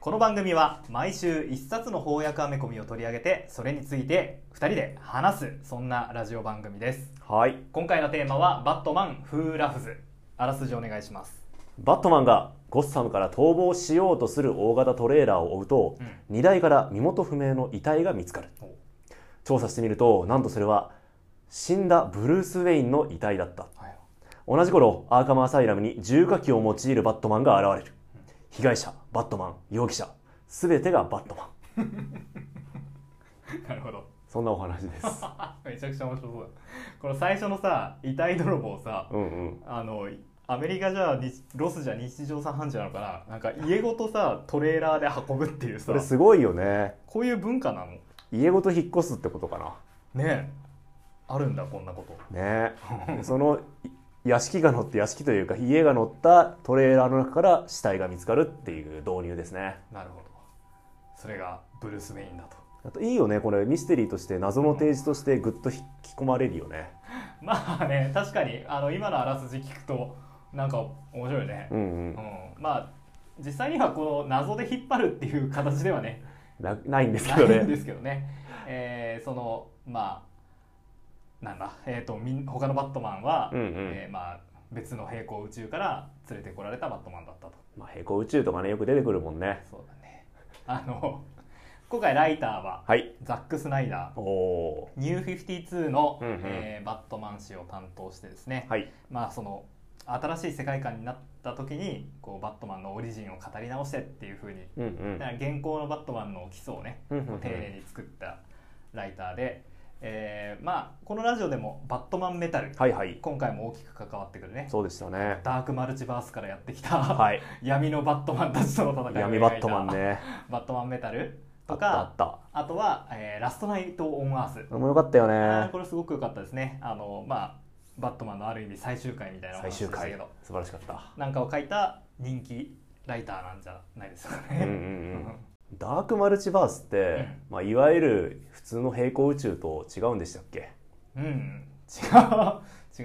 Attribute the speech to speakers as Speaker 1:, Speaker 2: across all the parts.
Speaker 1: この番組は毎週一冊の翻訳アメコミを取り上げてそれについて2人で話すそんなラジオ番組です
Speaker 2: はい
Speaker 1: 今回のテーマは「バットマン・フー・ラフズ」あらすじお願いします
Speaker 2: バットマンがゴッサムから逃亡しようとする大型トレーラーを追うと、
Speaker 1: うん
Speaker 2: 荷台から身元不明の遺体が見つかる
Speaker 1: お
Speaker 2: 調査してみるとなんとそれは死んだブルース・ウェインの遺体だった
Speaker 1: はい
Speaker 2: 同じ頃アーカム・アサイラムに重火器を用いるバットマンが現れる被害者バットマン容疑者全てがバットマン
Speaker 1: なるほど
Speaker 2: そんなお話です
Speaker 1: めちゃくちゃ面白そうだこの最初のさ遺体泥棒さ
Speaker 2: うんうん
Speaker 1: あのアメリカじゃ日ロスじゃ日常茶飯事なのかななんか家ごとさトレーラーで運ぶっていうさ
Speaker 2: それすごいよね
Speaker 1: こういう文化なの
Speaker 2: 家ごと引っ越すってことかな
Speaker 1: ねえあるんだこんなこと
Speaker 2: ねそのい屋敷が乗って屋敷というか家が乗ったトレーラーの中から死体が見つかるっていう導入ですね
Speaker 1: なるほどそれがブルース・ウェインだと
Speaker 2: あといいよねこれミステリーとして謎の提示としてぐっと引き込まれるよね
Speaker 1: まあね確かにあの今のあらすじ聞くとなんか面白いね
Speaker 2: う、
Speaker 1: うんん
Speaker 2: うん
Speaker 1: まあ実際にはこの謎で引っ張るっていう形では ね
Speaker 2: なないんですけ
Speaker 1: な
Speaker 2: ど
Speaker 1: いんで
Speaker 2: ね
Speaker 1: すけどね、えーそのまあなんだ、えー、とみん他のバットマンは、
Speaker 2: うんうん
Speaker 1: えーまあ、別の平行宇宙から連れてこられたバットマンだったと
Speaker 2: まあ平行宇宙とかねよく出てくるもんね
Speaker 1: そうだねあの今回ライターは
Speaker 2: はい
Speaker 1: ザック・スナイダー
Speaker 2: おお
Speaker 1: ニュー52の、
Speaker 2: うんうん
Speaker 1: えーバットマン誌を担当してですね、
Speaker 2: ーはい
Speaker 1: まあその新しい世界観になった時にこうバットマンのオリジンを語り直してっていう風に
Speaker 2: うんうん
Speaker 1: だから現行のバットマンの基礎をね
Speaker 2: うんうんうん
Speaker 1: 丁寧に作ったライターで、えーまあこのラジオでも「バットマンメタル」
Speaker 2: はいはい
Speaker 1: 今回も大きく関わってくるね
Speaker 2: そうでしたね
Speaker 1: ダークマルチバースからやってきた、
Speaker 2: はい
Speaker 1: 闇のバットマンたちとの戦いを描いた
Speaker 2: 闇バットマンね
Speaker 1: バットマンメタル
Speaker 2: あ
Speaker 1: と
Speaker 2: ったあ
Speaker 1: か
Speaker 2: った
Speaker 1: あとは、えーラストナイト・オン・アース」
Speaker 2: これもよかったよ
Speaker 1: あー
Speaker 2: ね
Speaker 1: これすごく良かったですねあのまあバットマンのある意味最終回みたいなお
Speaker 2: 最
Speaker 1: 話で
Speaker 2: 終
Speaker 1: した
Speaker 2: 回
Speaker 1: けど
Speaker 2: 素晴らしかった
Speaker 1: なんかを書いた人気ライターなんじゃないですか
Speaker 2: うんう
Speaker 1: ね。
Speaker 2: んうんダークマルチバースって、まあ、いわゆる普通の平行宇宙と違うんでしたっけ
Speaker 1: うん、違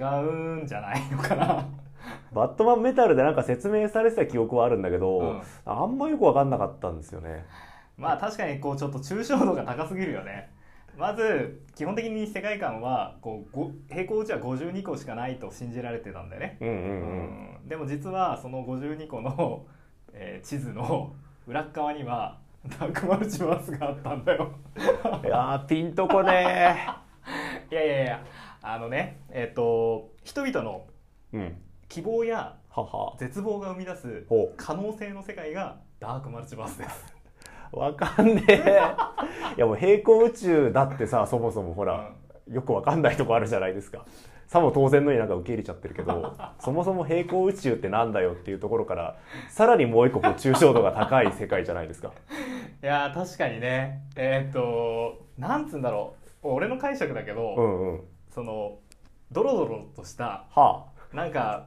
Speaker 1: う違うんじゃないのかな。
Speaker 2: バットマンメタルでなんか説明されてた記憶はあるんだけど、
Speaker 1: うん
Speaker 2: あんまよく分かんなかったんですよね
Speaker 1: まあ確かにこうちょっと抽象度が高すぎるよね。まず基本的に世界観はこうご平行宇宙は52個しかないと信じられてたんだよね。
Speaker 2: うんうん
Speaker 1: うんでも実はその52個の、 えー地図の裏っ側にはダークマルチバースがあったんだよ。
Speaker 2: うんいやーピンとこね
Speaker 1: いやいやいやあのねえっ、と人々の
Speaker 2: ーうん
Speaker 1: 希望や
Speaker 2: はは
Speaker 1: 絶望が生み出す
Speaker 2: ほ
Speaker 1: 可能性の世界がダークマルチバースです。
Speaker 2: う分かんねえいやもう平行宇宙だってさそもそもほら、よく分かんないとこあるじゃないですかさも当然のようになんか受け入れちゃってるけどそもそも平行宇宙ってなんだよっていうところからさらにもう一個こう抽象度が高い世界じゃないですか
Speaker 1: いやー確かにねえーっとなんつうんだろう俺の解釈だけど、
Speaker 2: うんうん
Speaker 1: そのドロドロとした
Speaker 2: は
Speaker 1: なんか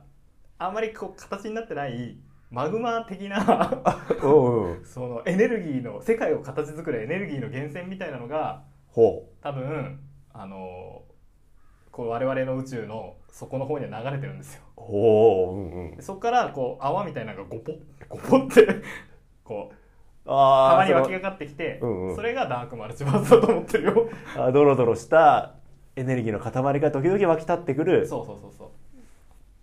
Speaker 1: あんまりこう形になってないマグマ的 な
Speaker 2: あうんうん
Speaker 1: そのエネルギーの世界を形作るエネルギーの源泉みたいなのが
Speaker 2: ほ
Speaker 1: 多分あのーこう我々の宇宙の底の方には流れてるんですよ。
Speaker 2: うほううんうん
Speaker 1: でそこからこう泡みたいなのがゴポッゴポッてこうた
Speaker 2: あ
Speaker 1: ま
Speaker 2: あ
Speaker 1: に湧きがかってきてそ,、
Speaker 2: うんうん
Speaker 1: れがダークマルチバースだと思ってる よ
Speaker 2: あドロドロしたエネルギーの塊が時々湧き立ってくる
Speaker 1: そうそうそうそう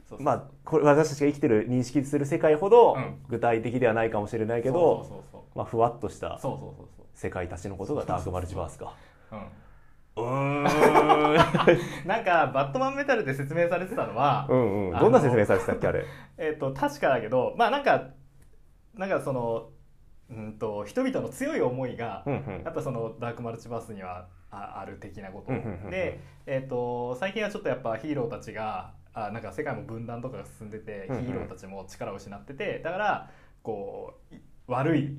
Speaker 1: そうそう
Speaker 2: まあこれ私たちが生きてる認識する世界ほど
Speaker 1: うん
Speaker 2: 具体的ではないかもしれないけ
Speaker 1: そう
Speaker 2: ど、
Speaker 1: そうそう
Speaker 2: まあ、ふわっとした
Speaker 1: そうそうそうそう
Speaker 2: 世界たちのことがダークマルチバースか
Speaker 1: そううん
Speaker 2: うーん
Speaker 1: なんかバットマンメタルで説明されてたのは、
Speaker 2: うんうんどんな説明されてたっけあれ
Speaker 1: えっ、と確かだけどまあなんかなんかそのうんと人々の強い思いが、
Speaker 2: うんうん
Speaker 1: やっぱそのダークマルチバースにはあある的なこと、
Speaker 2: うんうんうんうん
Speaker 1: で、えー、と最近はちょっとやっぱヒーローたちがあなんか世界も分断とかが進んでて、
Speaker 2: うんうん
Speaker 1: ヒーローたちも力を失っててだからこうい悪い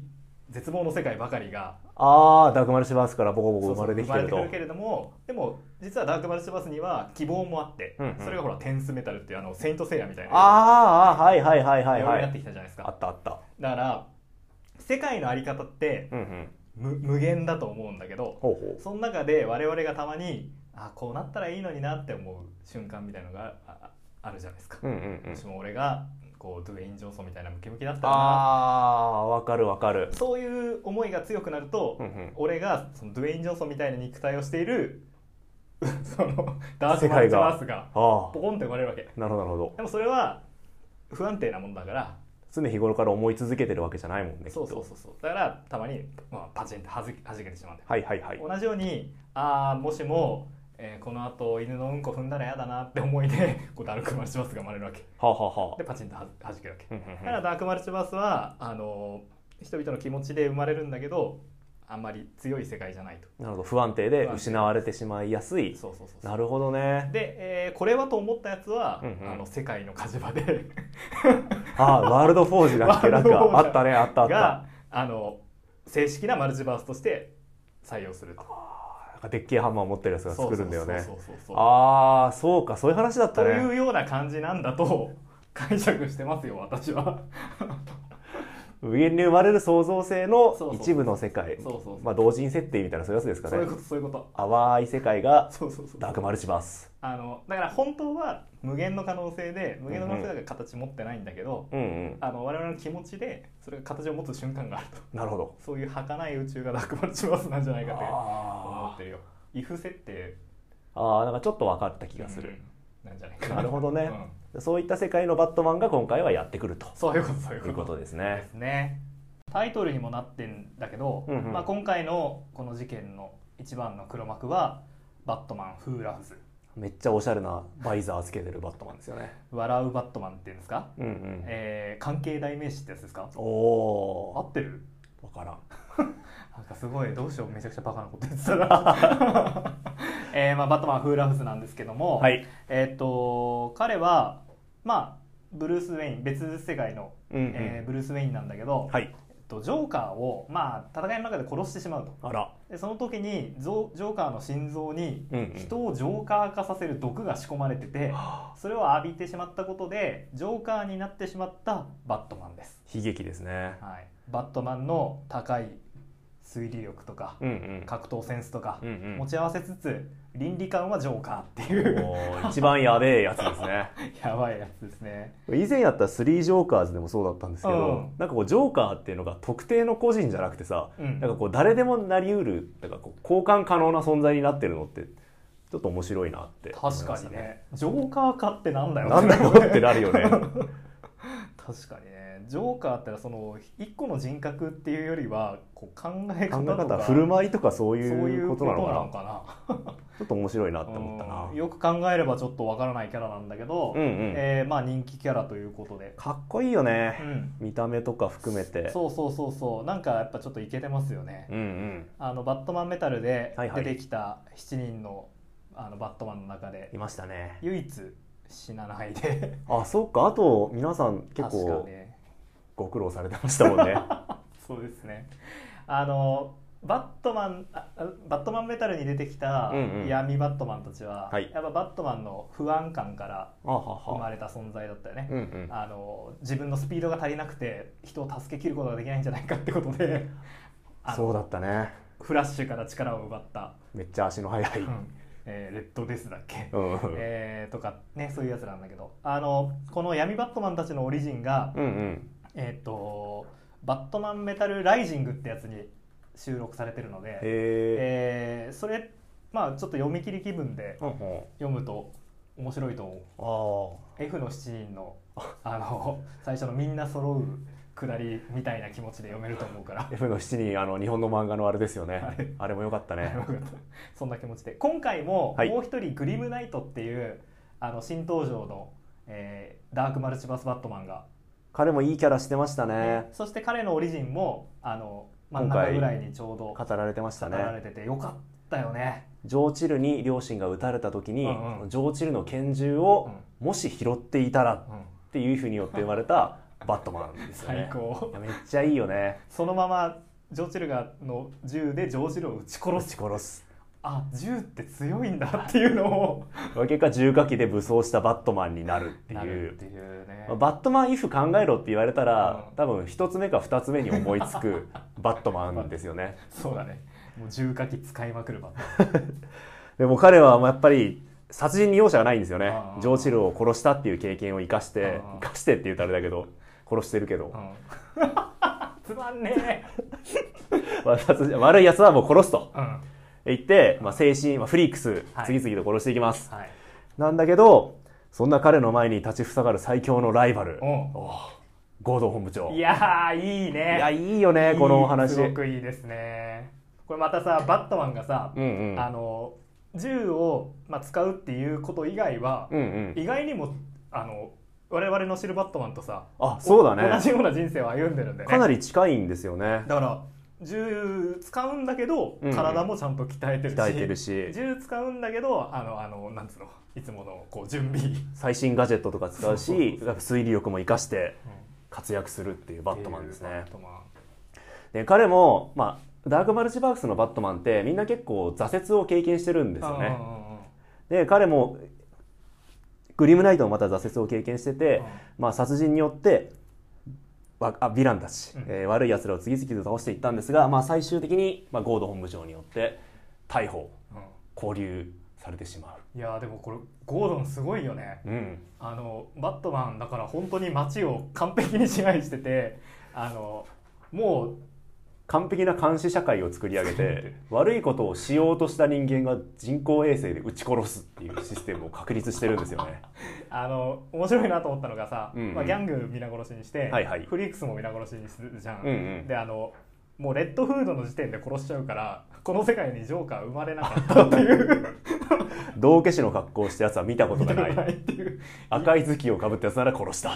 Speaker 1: 絶望の世界ばかりが
Speaker 2: ああダークマルチバースからボコボコ生
Speaker 1: そうそ
Speaker 2: ま
Speaker 1: う
Speaker 2: れてきてる
Speaker 1: 生ま
Speaker 2: と
Speaker 1: れてくるけれどもでも実はダークマルチバースには希望もあって、
Speaker 2: うんうん
Speaker 1: それがほらテンスメタルっていうあのセイントセイヤみたいな
Speaker 2: あーあーはいはいはいはい
Speaker 1: よう
Speaker 2: は
Speaker 1: になって
Speaker 2: い
Speaker 1: きたじゃないですか、
Speaker 2: あったあった
Speaker 1: だから世界のあり方って
Speaker 2: うんうん
Speaker 1: 無無限だと思うんだけど
Speaker 2: ほうほう
Speaker 1: その中で我々がたまにあこうなったらいいのになって思う瞬間みたいのがあああるじゃないですか、
Speaker 2: うんうんうん
Speaker 1: もしも俺がここうドゥエイン・ジョンソンみたいなムキムキだったらな
Speaker 2: あーわかるわかる
Speaker 1: そういう思いが強くなると、
Speaker 2: うんうん
Speaker 1: 俺がそのドゥエイン・ジョンソンみたいな肉体をしている そのダース・
Speaker 2: 世
Speaker 1: マッ
Speaker 2: 界
Speaker 1: チ・
Speaker 2: が
Speaker 1: バースが
Speaker 2: あ
Speaker 1: ポコンって生まれるわけ
Speaker 2: あなるほどなるほど
Speaker 1: でもそれは不安定なもんだから
Speaker 2: 常日頃から思い続けてるわけじゃないもんね
Speaker 1: そうそうそうそうだからたまに、まあ、パチンってはじはじけてしまうんだよ
Speaker 2: はいはいはい
Speaker 1: 同じようにああもしも、えーこのあと犬のうんこ踏んだら嫌だなって思いで こうダークマルチバースが生まれるわけ
Speaker 2: はあ、はあは
Speaker 1: でパチンとはじけるわけ
Speaker 2: あ、うんうん
Speaker 1: だからダークマルチバースはあのー人々の気持ちで生まれるんだけどあんまり強い世界じゃないと
Speaker 2: うんなるほど不安定で失われてしまいやすい
Speaker 1: そうそうそうそう
Speaker 2: なるほどね
Speaker 1: で、えーこれはと思ったやつは、
Speaker 2: うんうん
Speaker 1: あの世界の火事場 で
Speaker 2: ああワールドフォージだっけ
Speaker 1: ワー
Speaker 2: なん
Speaker 1: ルドフォージ
Speaker 2: かあったねあったあった
Speaker 1: があの正式なマルチバースとして採用すると
Speaker 2: なんかでっけえハンマー持ってるやつが作るんだよね
Speaker 1: そうそうそうそうそう
Speaker 2: ああそうかそういう話だった
Speaker 1: とい
Speaker 2: ね
Speaker 1: うような感じなんだと解釈してますよ私は
Speaker 2: 無限に生まれる創造性
Speaker 1: そう
Speaker 2: の
Speaker 1: そう
Speaker 2: 一部の世界
Speaker 1: そうそうそう
Speaker 2: まあ同人設定みたいなそういうやつですか
Speaker 1: そういう
Speaker 2: ね
Speaker 1: ことそういうこと
Speaker 2: 淡い世界が
Speaker 1: そうそうそう
Speaker 2: ダークマルチバース
Speaker 1: あのだから本当は無限の可能性で無限の可能性が形持ってないんだけど、
Speaker 2: うんうん
Speaker 1: あの我々の気持ちでそれが形を持つ瞬間があると
Speaker 2: なるほど
Speaker 1: そういう儚い宇宙がダークマルチバースなんじゃないかと思っ
Speaker 2: あ
Speaker 1: てるよイフ設定
Speaker 2: ーあーなんかちょっと分かった気がする、
Speaker 1: うんなんじゃないか
Speaker 2: なるほどね
Speaker 1: うん
Speaker 2: そういった世界のバットマンが今回はやってくると
Speaker 1: そういうことそういう
Speaker 2: いう
Speaker 1: こ
Speaker 2: こととですね
Speaker 1: ですねタイトルにもなってんだけど、
Speaker 2: うんうん
Speaker 1: まあ、今回のこの事件の一番の黒幕はバットマンフーラフズ
Speaker 2: めっちゃおしゃれなバイザーつけてるバットマンですよね
Speaker 1: 笑うバットマンっていうんですか、
Speaker 2: うんうん、
Speaker 1: えー関係代名詞ってやつですか
Speaker 2: お
Speaker 1: 合
Speaker 2: お
Speaker 1: ってる
Speaker 2: 分からん
Speaker 1: なんかすごいどうしようめちゃくちゃバカなこと言ってた な、えーまあ、バットマンフーラフズなんですけども、
Speaker 2: はい、
Speaker 1: えーっと彼はまあブルース・ウェイン別世界の、
Speaker 2: うんうん
Speaker 1: えーブルース・ウェインなんだけど、
Speaker 2: はい
Speaker 1: えっとジョーカーを、まあ、戦いの中で殺してしまうと
Speaker 2: あら
Speaker 1: でその時にゾジョーカーの心臓に
Speaker 2: うんうん
Speaker 1: 人をジョーカー化させる毒が仕込まれててそれを浴びてしまったことでジョーカーになってしまったバットマンです、
Speaker 2: 悲劇ですね
Speaker 1: はい、バットマンの高い推理力とか
Speaker 2: うんうん
Speaker 1: 格闘センスとか
Speaker 2: うんうん
Speaker 1: 持ち合わせつつ倫理観はジョーカーっていう
Speaker 2: おー一番やべえやつです ね
Speaker 1: やばいやつですね
Speaker 2: 以前やった「スリージョーカーズ」でもそうだったんですけど、
Speaker 1: う
Speaker 2: なんかこうジョーカーっていうのが特定の個人じゃなくてさ、
Speaker 1: うん
Speaker 2: なんかこう誰でもなりうるなんかこう交換可能な存在になってるのってちょっと面白いなって思いま
Speaker 1: 確
Speaker 2: した
Speaker 1: かにねジョーカー化ってなんだよ
Speaker 2: なんだろうってなるよね
Speaker 1: 確かにねジョーカーってのはその一個の人格っていうよりはこう考え
Speaker 2: 考
Speaker 1: 方と
Speaker 2: え方
Speaker 1: か
Speaker 2: 振る舞いとかそ
Speaker 1: そ
Speaker 2: う
Speaker 1: うい
Speaker 2: いうう
Speaker 1: こ
Speaker 2: ことと
Speaker 1: な
Speaker 2: な
Speaker 1: の
Speaker 2: の
Speaker 1: か
Speaker 2: か
Speaker 1: な
Speaker 2: なちょっと面白いなって思ったな
Speaker 1: うんよく考えればちょっとわからないキャラなんだけど、
Speaker 2: うんうん
Speaker 1: えーまあ人気キャラということで、
Speaker 2: かっこいいよね
Speaker 1: う、ん、
Speaker 2: 見た目とか含めて
Speaker 1: そうそうそうそうなんかやっぱちょっとイケてますよね、
Speaker 2: うんうん
Speaker 1: あのバットマンメタルで
Speaker 2: はいは
Speaker 1: 出
Speaker 2: い
Speaker 1: てきた7人のあのバットマンの中で
Speaker 2: いましたね
Speaker 1: 唯一死なないで
Speaker 2: あそっかあと皆さん結
Speaker 1: 確か
Speaker 2: 構
Speaker 1: ね
Speaker 2: ご苦労されてましたもん ね
Speaker 1: そうですねあのバットマンああバットマンメタルに出てきた
Speaker 2: うんうん
Speaker 1: 闇バットマンたちは、
Speaker 2: はい
Speaker 1: やっぱバットマンの不安感から
Speaker 2: あはは
Speaker 1: 生まれた存在だったよね、
Speaker 2: うんうん、
Speaker 1: あの自分のスピードが足りなくて人を助けきることができないんじゃないかってことであ
Speaker 2: そう
Speaker 1: の
Speaker 2: だったね
Speaker 1: フラッシュから力を奪った、
Speaker 2: めっちゃ足の速い、
Speaker 1: うんえーレッドデスだっけ、
Speaker 2: うんうん
Speaker 1: えーとかねそういうやつなんだけどあのこの闇バットマンたちのオリジンが、
Speaker 2: うんうん
Speaker 1: えー、とバットマンメタルライジングってやつに収録されてるの
Speaker 2: へ
Speaker 1: で、
Speaker 2: え
Speaker 1: えーそれまあちょっと読み切り気分で
Speaker 2: うんうん
Speaker 1: 読むと面白いと思う。
Speaker 2: あー
Speaker 1: F の7人のあの最初のみんな揃うくだりみたいな気持ちで読めると思うから
Speaker 2: F の7人あの日本の漫画のあれですよね
Speaker 1: あれ
Speaker 2: あれも良かったね
Speaker 1: そんな気持ちで今回も
Speaker 2: はい
Speaker 1: もう一人グリムナイトっていう、あの新登場の、えーダークマルチバスバットマンが、
Speaker 2: 彼もいいキャラしてました
Speaker 1: ね
Speaker 2: ね
Speaker 1: そして彼のオリジンもあの真ん中ぐらいにちょうど語
Speaker 2: 語られてました
Speaker 1: られ
Speaker 2: ね
Speaker 1: ててよかったよね
Speaker 2: ジョー・チルに両親が撃たれた時に、
Speaker 1: うんうん
Speaker 2: ジョー・チルの拳銃をもし拾っていたら
Speaker 1: うん
Speaker 2: っていうふうによって生まれたバットマンですよ
Speaker 1: 最
Speaker 2: ね
Speaker 1: 高
Speaker 2: いやめっちゃいいよね
Speaker 1: そのままジョーチルがの銃でジョーチルを撃ち殺
Speaker 2: 殺
Speaker 1: す
Speaker 2: し殺す
Speaker 1: あ銃って強いんだっていうのを
Speaker 2: 結果重火器で武装したバットマンになるって
Speaker 1: な
Speaker 2: いう
Speaker 1: るっていうね
Speaker 2: まあバットマン if 考えろって言われたら、
Speaker 1: うん
Speaker 2: 多分一つ目か二つ目に思いつくバットマンですよね
Speaker 1: そうだね。もう重火器使いまくるバット
Speaker 2: でも彼はまあやっぱり殺人利用者がないんですよね
Speaker 1: あー
Speaker 2: ジョー・チルを殺したっていう経験を生かして
Speaker 1: あー
Speaker 2: 生かしてって言うとあれだけど殺してるけど、
Speaker 1: うん つまんねえ、
Speaker 2: まあ、殺人悪いやつはもう殺すと
Speaker 1: うん、は
Speaker 2: 言って、まあ、精神、まあ、フリークス
Speaker 1: はい
Speaker 2: 次々と殺していきます、
Speaker 1: い
Speaker 2: なんだけどそんな彼の前に立ちふさがる最強のライバル
Speaker 1: お
Speaker 2: 合同本部長
Speaker 1: いやーいいね
Speaker 2: いやいいよねこのお話
Speaker 1: いいすごくいいですねこれまたさバットマンがさ、
Speaker 2: うんうん
Speaker 1: あの銃を、まあ、使うっていうこと以外は、
Speaker 2: うんうん
Speaker 1: 意外にもあの我々の知るバットマンとさ
Speaker 2: あそうだ
Speaker 1: 同
Speaker 2: ね
Speaker 1: じような人生を歩んでるんでね
Speaker 2: かなり近いんですよね
Speaker 1: だから銃使うんだけど
Speaker 2: うんうん
Speaker 1: 体もちゃんと鍛えてるし,、
Speaker 2: 鍛えてるし
Speaker 1: 銃使うんだけどあのあのなんつうのいつものこう準備
Speaker 2: 最新ガジェットとか使う
Speaker 1: そうそう
Speaker 2: しやっぱ推理力も生かして活躍するっていうバットマンですね
Speaker 1: バットマン
Speaker 2: で彼も、まあ、ダークマルチバークスのバットマンってみんな結構挫折を経験してるんですよねで彼もグリムナイトもまた挫折を経験してて、まあ、殺人によってわあヴィランたち、
Speaker 1: うん
Speaker 2: えー悪いやつらを次々と倒していったんですが、まあ、最終的に、まあ、ゴード本部長によって逮捕
Speaker 1: うんうんうん
Speaker 2: 拘留されてしま
Speaker 1: いやーでもこれゴードンすごいよね
Speaker 2: う、うん、
Speaker 1: あのバットマンだから本当に街を完璧に支配しててあのも
Speaker 2: 完璧な監視社会を作り上げて悪いことをしようとした人間が人工衛星で撃ち殺すっていうシステムを確立してるんですよね
Speaker 1: うあの面白いなと思ったのがさ、
Speaker 2: うんうん
Speaker 1: まあ、ギャング皆殺しにして、
Speaker 2: はいはい
Speaker 1: フリークスも皆殺しにするじゃん、
Speaker 2: うんうん
Speaker 1: であのもうレッドフードの時点で殺しちゃうからこの世界にジョーカーは生まれなかったっていう
Speaker 2: 道化師の格好をしたやつは見たこと
Speaker 1: 見
Speaker 2: が
Speaker 1: た
Speaker 2: な
Speaker 1: こ
Speaker 2: い
Speaker 1: と ないって いう
Speaker 2: 赤い頭巾をかぶったやつなら殺した、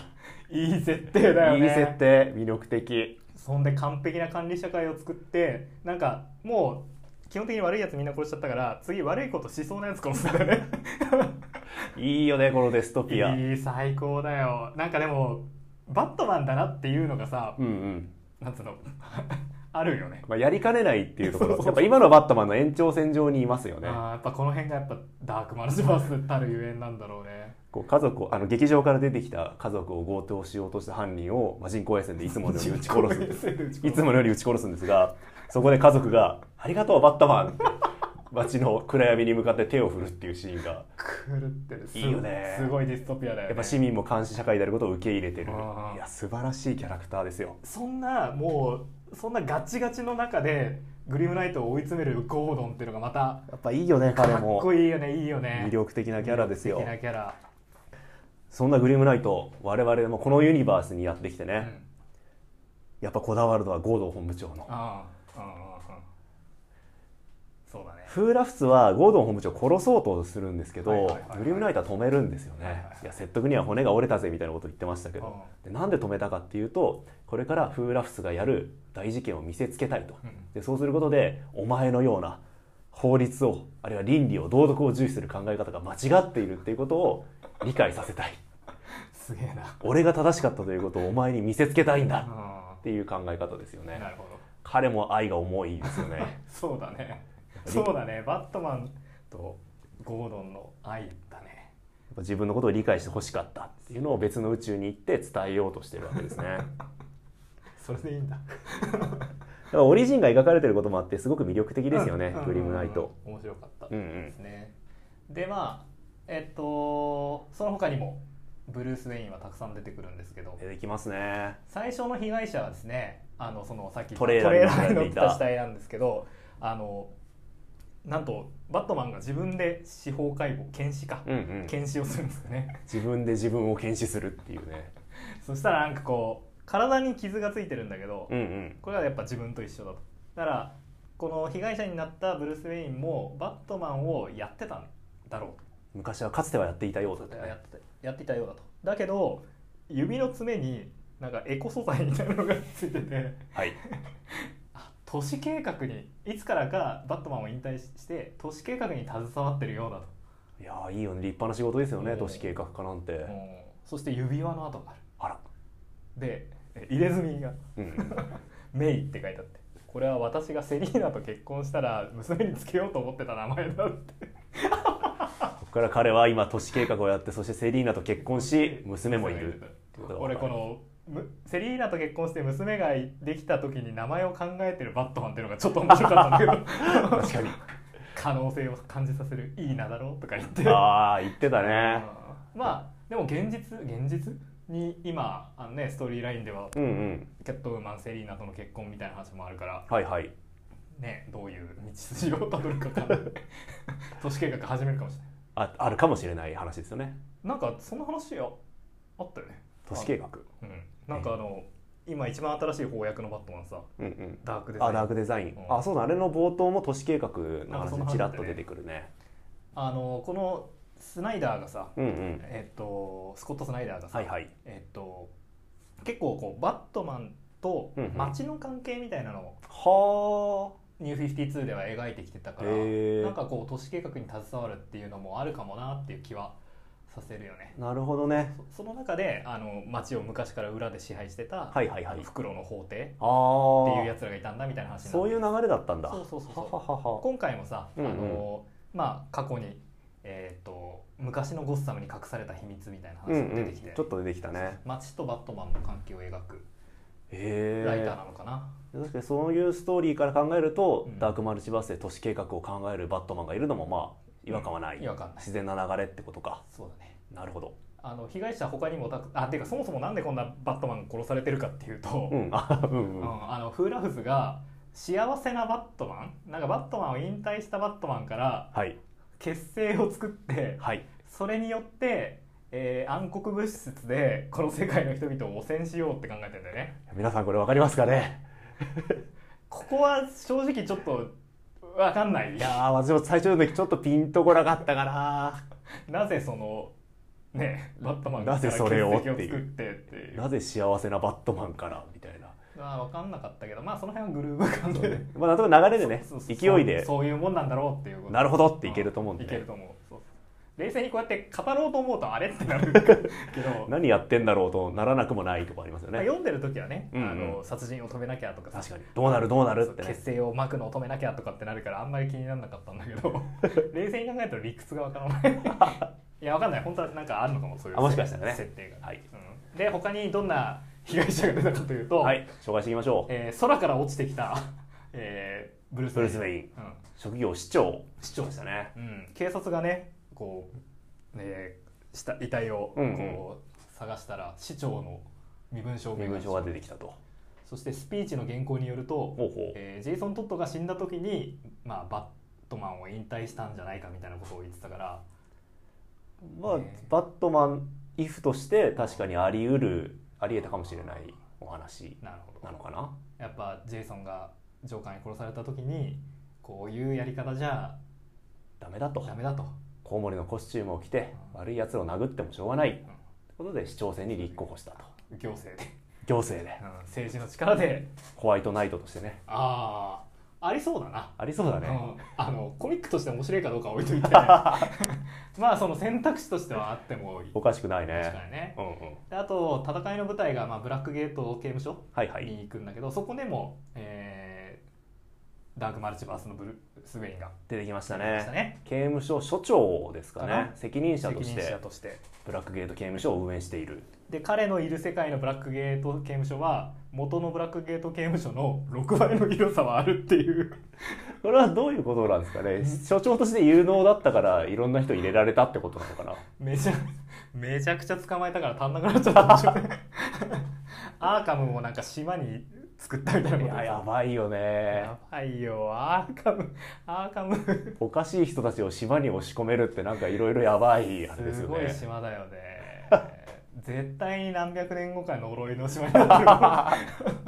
Speaker 1: いい設定だよ
Speaker 2: い
Speaker 1: ね
Speaker 2: い設定魅力的
Speaker 1: そんで完璧な管理社会を作ってなんかもう基本的に悪いやつみんな殺しちゃったから次悪いことしそうなやつ殺すんだよね
Speaker 2: いいよねこのデストピア、
Speaker 1: いい最高だよなんかでもバットマンだなっていうのがさ
Speaker 2: うんうん
Speaker 1: なんつうの あるよね
Speaker 2: まあ、やりかねないっていうとこ
Speaker 1: そう
Speaker 2: ろ
Speaker 1: そう
Speaker 2: やっぱ今のバットマンの延長線上にいますよね
Speaker 1: あーやっぱこの辺がやっぱダークマルチバースたるゆえんなんだろうね
Speaker 2: こう家族をあの劇場から出てきた家族を強盗しようとした犯人を、まあ、人工衛星でいつものように撃ち殺すんですいつものより撃ち殺すんですが、そこで家族が、ありがとう、バットマンって街の暗闇に向かって手を振るっていうシーンが、
Speaker 1: 狂ってるす
Speaker 2: いいよね
Speaker 1: すごいディストピアだよね
Speaker 2: やっぱ市民も監視社会であることを受け入れてる
Speaker 1: あ。ー
Speaker 2: いや、素晴らしいキャラクターですよ。
Speaker 1: そんなもうそんなガチガチの中でグリムナイトを追い詰めるゴードンっていうのがまた
Speaker 2: やっぱいいよね、彼
Speaker 1: かっ
Speaker 2: も。
Speaker 1: こいいよねいいよね
Speaker 2: 魅力的なキャラです
Speaker 1: 素
Speaker 2: よ
Speaker 1: 敵。なキャラ、
Speaker 2: そんなグリムナイト、我々もこのユニバースにやってきて
Speaker 1: う
Speaker 2: ね、
Speaker 1: ん
Speaker 2: やっぱこだわるのはゴードン本部長の。
Speaker 1: ああうんうんうんそうだね
Speaker 2: フーラフツはゴードン本部長を殺そうとするんですけど、
Speaker 1: はいはいはいはい
Speaker 2: グリムナイトは止めるんですよね、
Speaker 1: はい
Speaker 2: い
Speaker 1: はいはい
Speaker 2: や説得には骨が折れたぜみたいなこと言ってましたけど、でなんで止めたかっていうとこれからフーラフツがやる大事件を見せつけたいと、
Speaker 1: うん
Speaker 2: でそうすることでお前のような法律をあるいは倫理を道徳を重視する考え方が間違っているっていうことを理解させたい
Speaker 1: すげえな
Speaker 2: 俺が正しかったということをお前に見せつけたいんだ
Speaker 1: あ
Speaker 2: っていう考え方ですよ
Speaker 1: あ
Speaker 2: ね
Speaker 1: なるほど
Speaker 2: 彼も愛が重いですよね
Speaker 1: そうだねそうだねバットマンとゴードンの愛だね
Speaker 2: やっぱ自分のことを理解してほしかったっていうのを別の宇宙に行って伝えようとしてるわけ ですねだか
Speaker 1: それでいいんだ
Speaker 2: らオリジンが描かれてることもあってすごく魅力的ですよね、
Speaker 1: うん
Speaker 2: グリムナイト、
Speaker 1: うん面白かった
Speaker 2: うんう
Speaker 1: で
Speaker 2: ん
Speaker 1: すね、でまあえっとその他にもブルース・ウェインはたくさん出てくるんですけど
Speaker 2: 出てきますね
Speaker 1: 最初の被害者はですねあのそのさっき
Speaker 2: トレーラーに
Speaker 1: トレーラーに乗
Speaker 2: 乗
Speaker 1: っ
Speaker 2: ってて
Speaker 1: た
Speaker 2: た
Speaker 1: 死体なんですけどあのなんとバットマンが自分で司法解剖検視か、
Speaker 2: うんうん
Speaker 1: 検視をするんですよね
Speaker 2: 自分で自分を検視するっていうね
Speaker 1: そしたらなんかこう体に傷がついてるんだけど、
Speaker 2: うんうん
Speaker 1: これはやっぱ自分と一緒だとだからこの被害者になったブルース・ウェインもバットマンをやってたんだろう
Speaker 2: 昔はかつてはやっていたようだった
Speaker 1: や
Speaker 2: ね
Speaker 1: ってたやっていたようだとだけど指の爪になんかエコ素材みたいなのがついてて
Speaker 2: はい
Speaker 1: あ都市計画にいつからかバットマンを引退して都市計画に携わってるようだと、
Speaker 2: いやーいいよね立派な仕事ですよ
Speaker 1: う
Speaker 2: ね
Speaker 1: ん
Speaker 2: 都市計画家なんて
Speaker 1: うんそして指輪の跡がある
Speaker 2: あら
Speaker 1: でえ入れ墨が
Speaker 2: うんうん
Speaker 1: 「メイ」って書いてあってこれは私がセリーナと結婚したら娘につけようと思ってた名前だって
Speaker 2: ここから彼は今都市計画をやってそしてセリーナと結婚し娘もいるってことだ
Speaker 1: 俺このむセリーナと結婚して娘ができた時に名前を考えてるバットマンっていうのがちょっと面白かったんだけど
Speaker 2: 確かに
Speaker 1: 可能性を感じさせるいい名だろうとか言って
Speaker 2: ああ言ってたね
Speaker 1: うんまあでも現実現実に今あのねストーリーラインでは
Speaker 2: うんうん
Speaker 1: キャットウーマンセリーナとの結婚みたいな話もあるから
Speaker 2: はいはい
Speaker 1: ねどういう道筋をたどるか分かんない都市計画始めるかもしれない
Speaker 2: ああるかもしれない話ですよね
Speaker 1: なんかそんな話ああったよね
Speaker 2: 都市計画
Speaker 1: あのうんなんかあの今一番新しい翻訳のバットマンさ
Speaker 2: うんうん
Speaker 1: ダークです
Speaker 2: あダークデザイン、
Speaker 1: うん
Speaker 2: あそうだあれの冒頭も都市計画の
Speaker 1: なんかそんな話
Speaker 2: 話ちらっと
Speaker 1: だった
Speaker 2: 出
Speaker 1: ね
Speaker 2: てくるね
Speaker 1: あのこのスナイダーがさ
Speaker 2: うんうん
Speaker 1: えっとスコット・スナイダーがさ、
Speaker 2: はいはい
Speaker 1: えっと結構こうバットマンと
Speaker 2: うんうん
Speaker 1: 街の関係みたいなのを
Speaker 2: は
Speaker 1: ニュー52では描いてきてたから、
Speaker 2: へー
Speaker 1: なんかこう都市計画に携わるっていうのもあるかもなっていう気はさせるよね
Speaker 2: あなるほどね
Speaker 1: そその中であの町を昔から裏で支配してた、
Speaker 2: はいはいは
Speaker 1: あ
Speaker 2: い
Speaker 1: の袋の法廷っ
Speaker 2: あ
Speaker 1: ていう
Speaker 2: あ
Speaker 1: やつらがいたんだみたいな話になって
Speaker 2: そういう流れだったんだ
Speaker 1: そうそうそうそう
Speaker 2: はははは
Speaker 1: 今回もさ、
Speaker 2: うんうん
Speaker 1: あのまあ、過去に、えー、と昔のゴッサムに隠された秘密みたいな話
Speaker 2: うん
Speaker 1: が
Speaker 2: う
Speaker 1: 出
Speaker 2: ん
Speaker 1: てきて、
Speaker 2: ちょっと出てきたね
Speaker 1: 町とバットマンの関係を描く
Speaker 2: へ
Speaker 1: ライター
Speaker 2: え
Speaker 1: なのかな、
Speaker 2: 確かにそういうストーリーから考えると、
Speaker 1: うん
Speaker 2: ダークマルチバースで都市計画を考えるバットマンがいるのもまあ違和感はない、
Speaker 1: うん違和感ない
Speaker 2: 自然な流れってことか
Speaker 1: そうだね
Speaker 2: なるほど
Speaker 1: あの被害者他にもたくあていうかそもそもなんでこんなバットマンが殺されてるかっていうと、
Speaker 2: うんあうん
Speaker 1: う
Speaker 2: うん
Speaker 1: んあのフーラフズが幸せなバットマンなんかバットマンを引退したバットマンから
Speaker 2: はい
Speaker 1: 結成を作って
Speaker 2: はい
Speaker 1: それによって、えー暗黒物質でこの世界の人々を汚染しようって考えてんだよね
Speaker 2: 皆さんこれ分かりますかね
Speaker 1: ここは正直ちょっと分かんない
Speaker 2: いやー私も最初の時ちょっとピンとこなかったかな
Speaker 1: なぜそのねバットマンが
Speaker 2: なぜ
Speaker 1: 血液
Speaker 2: そ
Speaker 1: を
Speaker 2: れを
Speaker 1: 作って
Speaker 2: っていう
Speaker 1: っていう
Speaker 2: なぜ幸せなバットマンからみたいな、
Speaker 1: あ分かんなかったけどまあその辺はグルーヴ感で
Speaker 2: まあ、なんとか流れでね
Speaker 1: そうそうそう
Speaker 2: 勢いで
Speaker 1: そういうもんなんだろうっていうこと
Speaker 2: なるほどっていけると思うんで
Speaker 1: い
Speaker 2: ね
Speaker 1: けると思うそうそう冷静にこうやって語ろうと思うとあれってなる けど、
Speaker 2: 何やってんだろうとならなくもないとこありますよ
Speaker 1: まあ
Speaker 2: ね
Speaker 1: 読んでる時はね、
Speaker 2: うんうん
Speaker 1: あの殺人を止めなきゃとかさ
Speaker 2: 確かにどうなるどうなるってね
Speaker 1: 結成を巻くのを止めなきゃとかってなるからあんまり気にならなかったんだけ ど冷静に考えると理屈がわからないいやわかんない本当はなんかあるのかもそういう
Speaker 2: あもしかしたらね
Speaker 1: 設定が、
Speaker 2: はい
Speaker 1: うんで他にどん な被害者が出たかというと、
Speaker 2: はい紹介していきましょう
Speaker 1: えー空から落ちてきた、えーブルース・
Speaker 2: ブルース・ウェイン
Speaker 1: うん
Speaker 2: 職業市長市長でしたね
Speaker 1: うん、警察がねこう、えーした遺体をこう、
Speaker 2: うん
Speaker 1: 探したら市長の身分証
Speaker 2: 身
Speaker 1: 明
Speaker 2: 分証が出てきたと
Speaker 1: そしてスピーチの原稿によると、
Speaker 2: ほうほう
Speaker 1: えージェイソン・トッドが死んだ時に、まあ、バットマンを引退したんじゃないかみたいなことを言ってたから
Speaker 2: まあ
Speaker 1: ね
Speaker 2: バットマンイフとして確かにあり得るあり得たかもしれないお話
Speaker 1: なるほど
Speaker 2: なのかな
Speaker 1: やっぱジェイソンがジョーカーに殺された時にこういうやり方じゃ
Speaker 2: ダメだと
Speaker 1: ダメだと、
Speaker 2: コウモリのコスチュームを着て
Speaker 1: うん
Speaker 2: 悪い奴らを殴ってもしょうがない
Speaker 1: うん
Speaker 2: ということで市長選に立候補したと
Speaker 1: 行政で、
Speaker 2: 行政で
Speaker 1: うん政治の力で
Speaker 2: ホワイトナイトとしてね
Speaker 1: ああありそうだな
Speaker 2: ありそうだね
Speaker 1: うんあのコミックとして面白いかどうかは置いと いてまあその選択肢としてはあってもいい
Speaker 2: おかしくない
Speaker 1: 確か
Speaker 2: ね
Speaker 1: にね
Speaker 2: うんうん
Speaker 1: であと戦いの舞台が、まあ、ブラックゲート刑務所
Speaker 2: はいはい
Speaker 1: に行くんだけど、そこでも、えーダークマルチバースのブルース・ウェインが
Speaker 2: 出てきました
Speaker 1: 出てきました
Speaker 2: ね
Speaker 1: ね
Speaker 2: 刑務所所長ですか
Speaker 1: か
Speaker 2: ね
Speaker 1: な
Speaker 2: 責任者
Speaker 1: 責
Speaker 2: とし
Speaker 1: 任者
Speaker 2: て
Speaker 1: として
Speaker 2: ブラックゲート刑務所を運営している
Speaker 1: で彼のいる世界のブラックゲート刑務所は元のブラックゲート刑務所の6倍の広さはあるっていう
Speaker 2: これはどういうことなんですかね所長として有能だったからいろんな人入れられたってことなのかな
Speaker 1: めちゃめちゃくちゃ捕まえたから足んなくなっちゃったんでしょう ねアーカムもなんか島に作ったみ たいなこと
Speaker 2: いややばいよね
Speaker 1: やばいよアーカムアーカム
Speaker 2: おかしい人たちを島に押し込めるってなんかいろいろやばいあれです
Speaker 1: す
Speaker 2: よ
Speaker 1: ごい
Speaker 2: ね
Speaker 1: 島だよね 絶対に何百年後か呪いの島になっ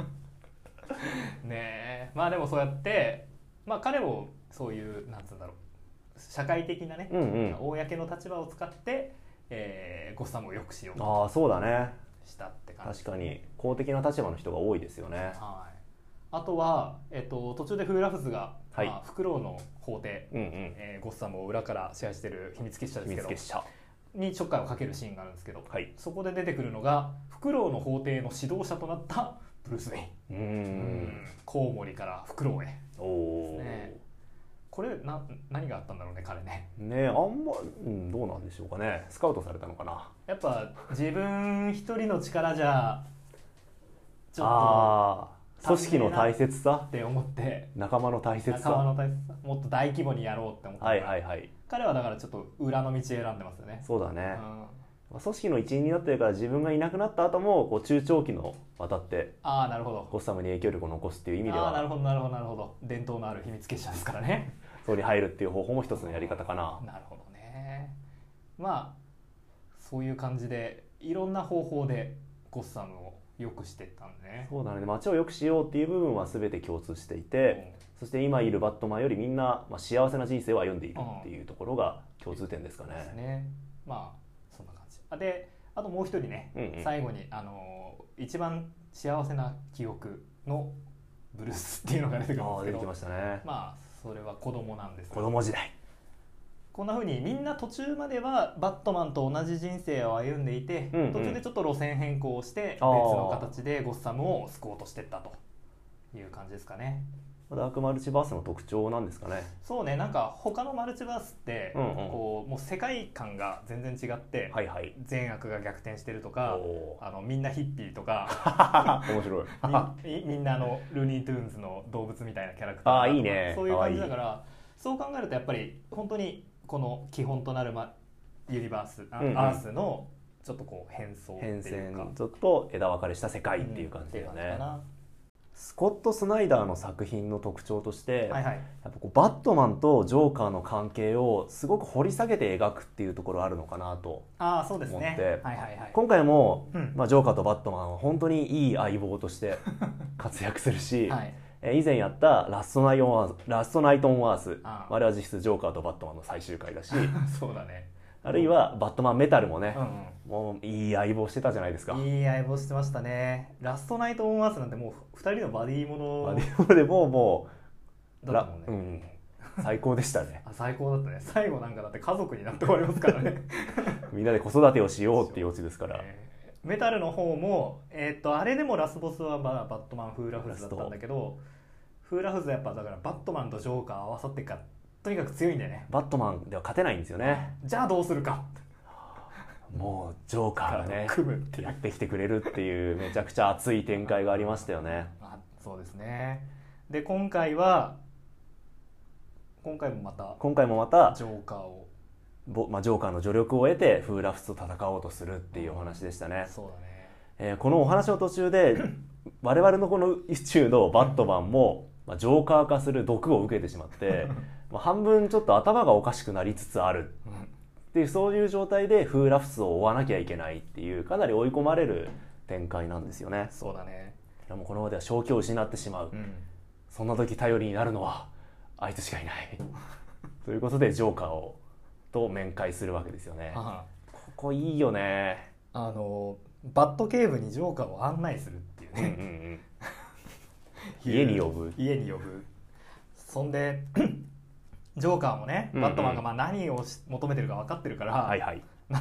Speaker 1: てる ねえまあでもそうやってまあ彼もそういうなんつうんだろう社会的なね、
Speaker 2: うんうん
Speaker 1: 公の立場を使って、えー、ゴッサムを良くしようと
Speaker 2: ああそうだね
Speaker 1: したって感じ
Speaker 2: 確かに公的な立場の人が多いですよね
Speaker 1: はい、あとは、えっと途中でフーラフズが、
Speaker 2: はい
Speaker 1: まあ、フクロウの法廷、
Speaker 2: うんうん
Speaker 1: えーゴッサムを裏から支配している秘密結社で
Speaker 2: 秘
Speaker 1: すけど
Speaker 2: 密結社
Speaker 1: にちょっかいをかけるシーンがあるんですけど、
Speaker 2: はい
Speaker 1: そこで出てくるのがフクロウの法廷の指導者となったブルース・ウェイン、
Speaker 2: うー
Speaker 1: うん
Speaker 2: ん
Speaker 1: コウモリからフクロウへ
Speaker 2: おおー
Speaker 1: ねこれな何があったんだろうね彼ね
Speaker 2: ねあんま、うん、どうなんでしょうかねスカウトされたのかな
Speaker 1: やっぱ自分一人の力じゃちょっと
Speaker 2: あ組織の大切さ
Speaker 1: って思って
Speaker 2: 仲間の大切
Speaker 1: 仲間
Speaker 2: さ
Speaker 1: の大切さもっと大規模にやろうって思って、
Speaker 2: はいはいはい
Speaker 1: 彼はだからちょっと裏の道選んでますよね
Speaker 2: そうだね、
Speaker 1: うん
Speaker 2: まあ組織の一員になってるから自分がいなくなった後もこう中長期の渡って
Speaker 1: ああなるほど
Speaker 2: ゴッサムに影響力を残すっていう意味で
Speaker 1: ああなる
Speaker 2: は
Speaker 1: ほどなるほどなるほど伝統のある秘密結社ですからね
Speaker 2: そこに入るっていう方法も一つのやり方かな
Speaker 1: なるほどねまあそういう感じでいろんな方法でゴッサムを良くしていったんでね
Speaker 2: そうだね街を良くしようっていう部分は全て共通していてそして今いるバットマンよりみんなまあ幸せな人生を歩んでいるっていうところが共通点ですか
Speaker 1: うんです
Speaker 2: ね。
Speaker 1: ねまあそんな感じあであともう一人ね、
Speaker 2: うんうん
Speaker 1: 最後にあのー一番幸せな記憶のブルースっていうのが出てくるん
Speaker 2: あ
Speaker 1: です
Speaker 2: あ出
Speaker 1: け
Speaker 2: て
Speaker 1: ど
Speaker 2: きましたね。
Speaker 1: まあそれは子供なんです
Speaker 2: 子供時代。
Speaker 1: こんな風にみんな途中まではバットマンと同じ人生を歩んでいて、
Speaker 2: うんうん
Speaker 1: 途中でちょっと路線変更をして別
Speaker 2: あー
Speaker 1: の形でゴッサムを救おうとしてったという感じですかね
Speaker 2: ダークマルチバースの特徴なんですかね。
Speaker 1: そうねなんか他のマルチバースって、
Speaker 2: うんうん
Speaker 1: こうもう世界観が全然違って、
Speaker 2: はいはい。
Speaker 1: 善悪が逆転してると
Speaker 2: お
Speaker 1: か
Speaker 2: お
Speaker 1: あのみんなヒッピーとか
Speaker 2: ー。面白い。
Speaker 1: み みんなあのルーニー・トゥーンズの動物みたいなキャラクター
Speaker 2: あーいいね
Speaker 1: そういう感じだからそう考えるとやっぱり本当にこの基本となる、ま、ユニバースあ
Speaker 2: うんうん
Speaker 1: アースのちょっとこう変装って
Speaker 2: 変
Speaker 1: いうか
Speaker 2: 遷ちょっと枝分かれした世界っていう感じだよ
Speaker 1: ってい
Speaker 2: ね
Speaker 1: う感じか。な
Speaker 2: スコット・スナイダーの作品の特徴として、
Speaker 1: はいはい
Speaker 2: やっぱこうバットマンとジョーカーの関係をすごく掘り下げて描くっていうところあるのかなと
Speaker 1: ああそうです
Speaker 2: 思っ
Speaker 1: ね
Speaker 2: て
Speaker 1: はいはいはい
Speaker 2: 今回も、
Speaker 1: うん
Speaker 2: まあ、ジョーカーとバットマンは本当にいい相棒として 活躍するし、
Speaker 1: はい
Speaker 2: えー以前やったラストナイオンアース「ラストナイト・オン・アース」
Speaker 1: ああ
Speaker 2: あれは実質ジョーカーとバットマンの最終回だし
Speaker 1: そうだね
Speaker 2: あるいはバットマン・メタルもね
Speaker 1: う、ん
Speaker 2: もういい相棒してたじゃないですか。
Speaker 1: うんいい相棒してましたねラストナイト・オン・アースなんてもう2人のバディも
Speaker 2: まあ
Speaker 1: の
Speaker 2: でもでもも
Speaker 1: だったもんね、
Speaker 2: らうんう最高でしたね
Speaker 1: あ最高だったね最後なんかだって家族になって終わりますからね
Speaker 2: みんなで子育てをしようっていうオチですから。
Speaker 1: えーメタルの方も、えーっとあれでもラスボスはまあバットマンフーラフーズだったんだけどフーラフーズはやっぱだからバットマンとジョーカー合わさってからとにかく強いんだよね
Speaker 2: バットマンでは勝てないんですよね
Speaker 1: じゃあどうするか
Speaker 2: もうジョーカーがね
Speaker 1: 組むっていう
Speaker 2: やってきてくれるっていうめちゃくちゃ熱い展開がありましたよね
Speaker 1: あそうですねで今回は今回もまた
Speaker 2: 今回もまた
Speaker 1: ジョーカーを
Speaker 2: ぼ、まあ、ジョーカーの助力を得てフーラフスと戦おうとするっていうお話でしたね、
Speaker 1: そうだね
Speaker 2: えーこのお話の途中で我々のこの宇宙のバットマンも、まあ、ジョーカー化する毒を受けてしまって、まあ、半分ちょっと頭がおかしくなりつつあるっていうそういう状態でフーラフスを追わなきゃいけないっていうかなり追い込まれる展開なんですよね
Speaker 1: そうだね
Speaker 2: いやもうこのままでは正気を失ってしまう、
Speaker 1: うん
Speaker 2: そんな時頼りになるのはあいつしかいないということでジョーカーをと面会するわけですよ ねこ
Speaker 1: あ
Speaker 2: こいいよね
Speaker 1: あのバットケーブにジョーカーを案内するっていう
Speaker 2: うんう
Speaker 1: ね、
Speaker 2: んうん家に呼ぶ
Speaker 1: 家に呼ぶそんで ジョーカーもね
Speaker 2: うんうん
Speaker 1: バットマンがまあ何をし求めてるか分かってるから、
Speaker 2: はいはい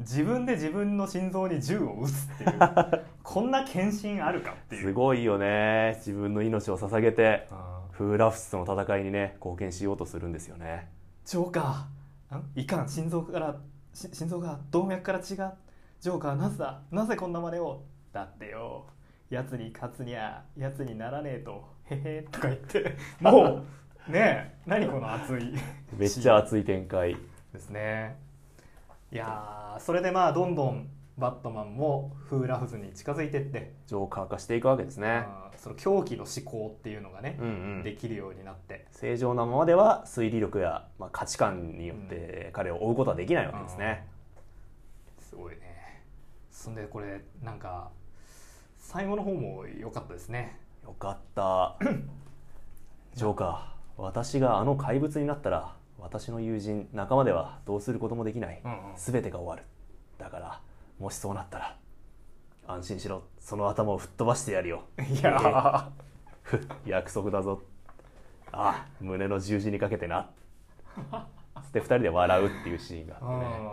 Speaker 1: 自分で自分の心臓に銃を撃つっていう こんな献身あるかってい
Speaker 2: す
Speaker 1: う
Speaker 2: ごいよね自分の命を捧げて
Speaker 1: あー
Speaker 2: フーラフスとの戦いにね貢献しようとするんですよね
Speaker 1: ジョーカーんいかん心臓からし心臓が動脈から血がジョーカーなぜだなぜこんな真似をだってよやつに勝つにゃやつにならねえとへへとか言っても うねえ何この熱い
Speaker 2: めっちゃ熱い展開
Speaker 1: ですねいやーそれでまあどんどんバットマンもフーラフズに近づいてって、
Speaker 2: ジョーカー化していくわけですね
Speaker 1: あーその狂気の思考っていうのがね
Speaker 2: う、んう
Speaker 1: で
Speaker 2: ん
Speaker 1: きるようになって
Speaker 2: 正常なままでは推理力や、まあ、価値観によって彼を追うことはできないわけですね、
Speaker 1: すごいねそんでこれなんか最後の方も良かったですね
Speaker 2: よか った。ジョーカー、私があの怪物になったら、私の友人、仲間ではどうすることもできない
Speaker 1: うんう。ん
Speaker 2: すべ、てが終わる。だから、もしそうなったら、安心しろ。その頭を吹っ飛ばしてやるよ。
Speaker 1: いや
Speaker 2: ふっ約束だぞ。ああ、胸の十字にかけてな。で二人で笑うっていうシーンがあってね。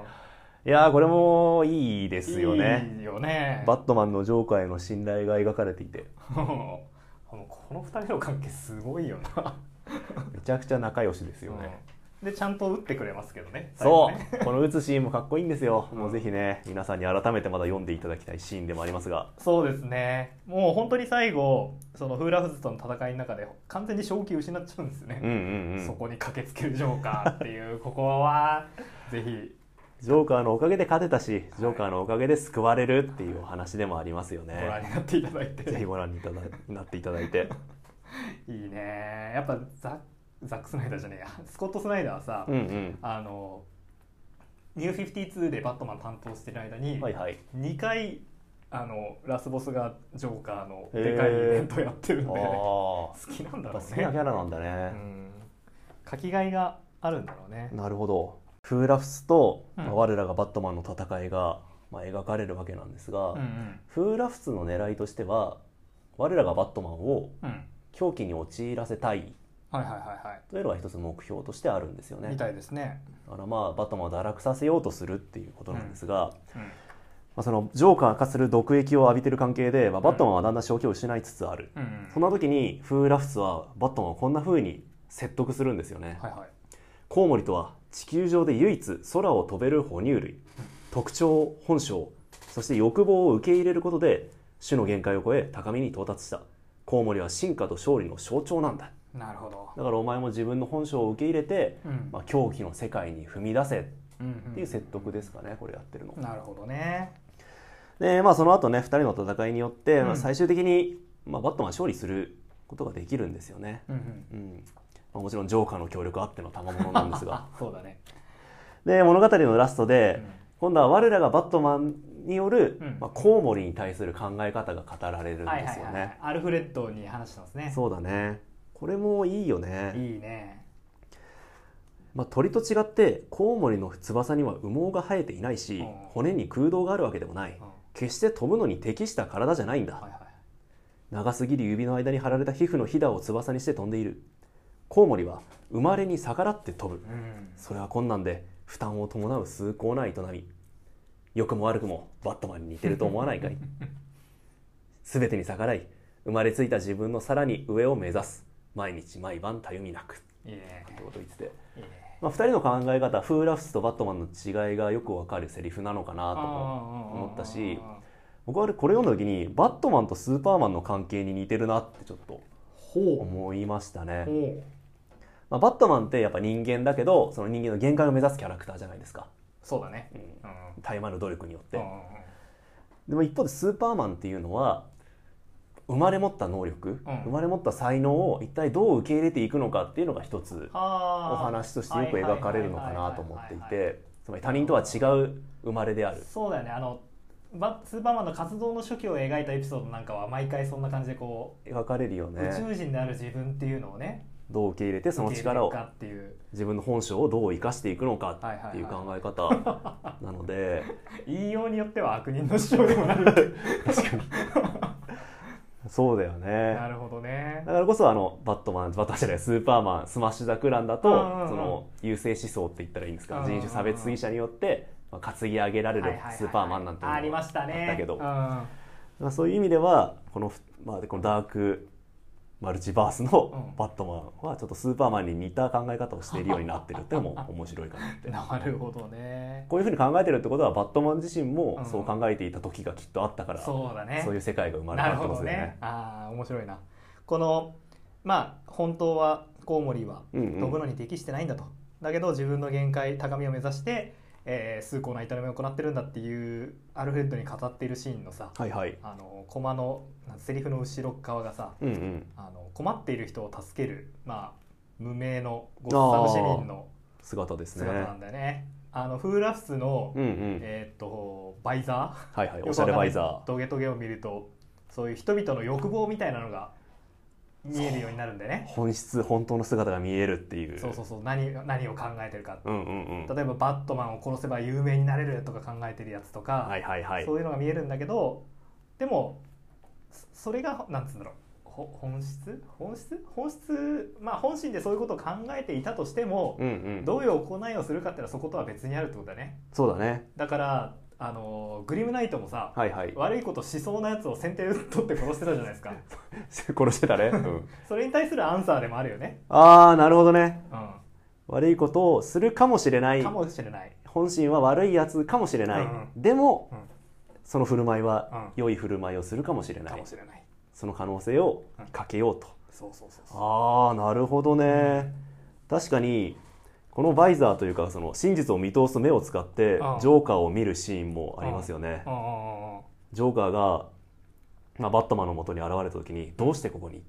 Speaker 2: いやー、これもいいですよね。
Speaker 1: いいよね
Speaker 2: バットマンのジョーカーへの信頼が描かれていて、
Speaker 1: もうこの二人の関係すごいよな
Speaker 2: めちゃくちゃ仲良しですよね。
Speaker 1: うんでちゃんと打ってくれますけどね最後
Speaker 2: そ
Speaker 1: ね
Speaker 2: う、この打つシーンもかっこいいんですよ。
Speaker 1: うん
Speaker 2: もうぜひね、皆さんに改めてまだ読んでいただきたいシーンでもありますが。
Speaker 1: そうですねもう本当に最後そのフーラフズとの戦いの中で完全に正気失っちゃうんですよね、
Speaker 2: うんうんう
Speaker 1: そ
Speaker 2: ん。
Speaker 1: こに駆けつけるジョーカーっていうここ はぜひ
Speaker 2: ジョーカーのおかげで勝てたし、ジョーカーのおかげで救われるっていうお話でもありますよ
Speaker 1: ご覧
Speaker 2: ね。
Speaker 1: になっていただいて、
Speaker 2: ぜひご覧にいただなっていただ いて。
Speaker 1: いいねやっぱザザック・スナイダーじゃねえやスコット・スナイダーはさ、
Speaker 2: うんうん。
Speaker 1: あのニュー52でバットマン担当してる間に、
Speaker 2: は いはい。
Speaker 1: 2回あのラスボスがジョーカーの
Speaker 2: へー
Speaker 1: でかいイベントやってるんで、
Speaker 2: ああ、
Speaker 1: 好きなんだ
Speaker 2: やっぱ
Speaker 1: ろ
Speaker 2: 好
Speaker 1: う
Speaker 2: きなキ
Speaker 1: ね
Speaker 2: ャラなんだ
Speaker 1: う
Speaker 2: ね。
Speaker 1: ん書きがいがあるんだろうね
Speaker 2: なるほど。フーラフスと、
Speaker 1: うん
Speaker 2: まあ我らがバットマンの戦いが、まあ、描かれるわけなんですが、
Speaker 1: うんうん
Speaker 2: フーラフスの狙いとしては、我らがバットマンを
Speaker 1: うん
Speaker 2: 狂気に陥らせたい
Speaker 1: はいはいはいはい、
Speaker 2: というのが一つ目標としてあるんですよね。
Speaker 1: み
Speaker 2: だ
Speaker 1: たいですね、
Speaker 2: からまあバットマンを堕落させようとするっていうことなんですが、ま
Speaker 1: うん
Speaker 2: あ、そのジョーカー化する毒液を浴びてる関係で、まあ、バットマンはだんだん正気を失いつつある、
Speaker 1: うんうん
Speaker 2: そんな時にフー・ラフスはバットマンをこんな風に説得するんですよね、
Speaker 1: はいはい
Speaker 2: コウモリとは地球上で唯一空を飛べる哺乳類特徴本性そして欲望を受け入れることで種の限界を超え高みに到達したコウモリは進化と勝利の象徴なんだ
Speaker 1: なるほど、
Speaker 2: だからお前も自分の本性を受け入れて、
Speaker 1: うん
Speaker 2: まあ、狂気の世界に踏み出せっ
Speaker 1: うんうん
Speaker 2: ていう説得ですかねこれやってるの。
Speaker 1: なるほどね
Speaker 2: でまあその後ね2人の戦いによって、ま
Speaker 1: う
Speaker 2: あ、
Speaker 1: ん
Speaker 2: 最終的に、まあ、バットマン勝利することができるんですよね。
Speaker 1: うんうん
Speaker 2: うんまあ、もちろんジョーカーの協力あっての賜物なんです が
Speaker 1: あそうだね
Speaker 2: で物語のラスト
Speaker 1: う
Speaker 2: で、
Speaker 1: ん
Speaker 2: 今度は我らがバットマンによる、
Speaker 1: うん
Speaker 2: まあ、コウモリに対する考え方が語られるん
Speaker 1: はい
Speaker 2: で
Speaker 1: は
Speaker 2: す
Speaker 1: い
Speaker 2: よね。
Speaker 1: はいアルフレッドに話してますね
Speaker 2: そうだねこれもいいよね。
Speaker 1: いいね
Speaker 2: まあ、鳥と違ってコウモリの翼には羽毛が生えていないし
Speaker 1: うん
Speaker 2: 骨に空洞があるわけでもない
Speaker 1: うんは
Speaker 2: 決して飛ぶのに適した体じゃないんだ
Speaker 1: いはい
Speaker 2: 長すぎる指の間に張られた皮膚のひだを翼にして飛んでいるコウモリは生まれに逆らって飛ぶ
Speaker 1: うん
Speaker 2: それは困難で負担を伴う崇高な営み良くも悪くもバットマンに似てると思わないかい全てに逆らい生まれついた自分のさらに上を目指す毎日毎晩たゆみなく
Speaker 1: いいね
Speaker 2: ってことを言ってて
Speaker 1: いいね
Speaker 2: まあ、2人の考え方フーラフスとバットマンの違いがよくわかるセリフなのかなとか
Speaker 1: 思
Speaker 2: ったし僕はあれこれ読んだ時にバットマンとスーパーマンの関係に似てるなってちょっと
Speaker 1: ほ
Speaker 2: 思いました
Speaker 1: う
Speaker 2: ね、
Speaker 1: ほう
Speaker 2: まあ、バットマンってやっぱ人間だけどその人間の限界を目指すキャラクターじゃないですか、
Speaker 1: そうだね
Speaker 2: うん、
Speaker 1: うんうん
Speaker 2: たゆまぬ努力によって、
Speaker 1: うんうん
Speaker 2: でも一方でスーパーマンっていうのは生まれ持った能力、
Speaker 1: うん
Speaker 2: 生まれ持った才能を一体どう受け入れていくのかっていうのが一つお
Speaker 1: お
Speaker 2: 話としてよく描かれるのかなと思っていてつまり他人とは違う生まれである
Speaker 1: そうだよねあのバスーパーマンの活動の初期を描いたエピソードなんかは毎回そんな感じでこ
Speaker 2: 描かれるよ
Speaker 1: う、
Speaker 2: ね
Speaker 1: 宇宙人である自分っていうのをね
Speaker 2: どう受け入れてその力を
Speaker 1: 受け入れるか
Speaker 2: 自分の本性をどう生かしていくのか
Speaker 1: はいはいはい
Speaker 2: っていう考え方なの で
Speaker 1: っていう言いようによっては悪人の主張でもなるっていう
Speaker 2: そうだよね
Speaker 1: なるほどね
Speaker 2: だからこそあのバットマンバットマンじゃないスーパーマンスマッシュ・ザ・クランだと
Speaker 1: うんうんうん
Speaker 2: その優勢思想って言ったらいいんで
Speaker 1: う
Speaker 2: す
Speaker 1: ん
Speaker 2: か
Speaker 1: うんうん
Speaker 2: 人種差別主義者によってまあ担ぎ上げられ
Speaker 1: はいは
Speaker 2: る
Speaker 1: いはいはい
Speaker 2: スーパーマンなんていうのも
Speaker 1: ありましたね
Speaker 2: あったけど
Speaker 1: うんうん
Speaker 2: まあそういう意味ではこの,、まあ、このダークマルチバース
Speaker 1: う
Speaker 2: の
Speaker 1: ん
Speaker 2: バットマンはちょっとスーパーマンに似た考え方をしているようになってるってのも面白いかなって
Speaker 1: なるほどね
Speaker 2: こういうふうに考えてるってことはバットマン自身
Speaker 1: う
Speaker 2: も
Speaker 1: ん
Speaker 2: そう考えていた時がきっとあったから、
Speaker 1: そうだね
Speaker 2: そういう世界が生まれ
Speaker 1: な
Speaker 2: た
Speaker 1: る
Speaker 2: って
Speaker 1: ほ
Speaker 2: ことで
Speaker 1: ど
Speaker 2: すよね
Speaker 1: ね。ああ面白いなこのまあ本当はコウモリは
Speaker 2: うんうん
Speaker 1: 飛ぶのに適してないんだと、だけど自分の限界高みを目指して、えー、崇高な営みを行ってるんだっていうアルフレッドに語っているシーンのさ
Speaker 2: はいはい。
Speaker 1: あのコマのなんセリフの後ろ側がさ
Speaker 2: うんうん。
Speaker 1: あの困っている人を助ける、まあ、無名のゴッサム市民の
Speaker 2: 姿ですね。
Speaker 1: 姿なんだよね。あのフーラフスの、
Speaker 2: うんうん。
Speaker 1: えーっとバイザー
Speaker 2: はいはい。
Speaker 1: よ
Speaker 2: お
Speaker 1: く
Speaker 2: し
Speaker 1: わか
Speaker 2: ゃれ
Speaker 1: んな
Speaker 2: バ
Speaker 1: い
Speaker 2: イザ
Speaker 1: トゲトゲを見るとそういう人々の欲望みたいなのが見えるようになるんで
Speaker 2: ー。
Speaker 1: ね
Speaker 2: 本質本当の姿が見えるっていう。
Speaker 1: そうそうそう何何を考えてるか
Speaker 2: うんうんうん。
Speaker 1: 例えばバットマンを殺せば有名になれるとか考えてるやつとか、
Speaker 2: はいはいはい。
Speaker 1: そういうのが見えるんだけどでもそそれがなんつうんだろうほ本質本質本質まあ本心でそういうことを考えていたとしても、
Speaker 2: うんうん。
Speaker 1: どういう行いをするかってのはそことは別にあるってことだね
Speaker 2: そうだね。
Speaker 1: だからあのグリムナイトもさ、
Speaker 2: はいはい。
Speaker 1: 悪いことしそうなやつを先手で取って殺してたじゃないですか
Speaker 2: 殺してたね。うん
Speaker 1: それに対するアンサーでもあるよね、
Speaker 2: ああなるほどね。
Speaker 1: うん、
Speaker 2: 悪いことをするかもしれない
Speaker 1: かもしれない、
Speaker 2: 本心は悪いやつかもしれな
Speaker 1: う
Speaker 2: い、
Speaker 1: んう
Speaker 2: でも
Speaker 1: うん
Speaker 2: その振る舞いは
Speaker 1: うん
Speaker 2: 良い振る舞いをするかもしれな
Speaker 1: か
Speaker 2: い
Speaker 1: もしれない
Speaker 2: その可能性をかけようと、
Speaker 1: そうそうそうそう
Speaker 2: ああなるほどね、確かにこのバイザーというかその真実を見通す目を使って
Speaker 1: うん
Speaker 2: ジョーカーを見るシーンもありますよね、
Speaker 1: うんうんうんうん
Speaker 2: ジョーカーが、まあ、バットマンの元に現れた時に「どうしてここに?」っ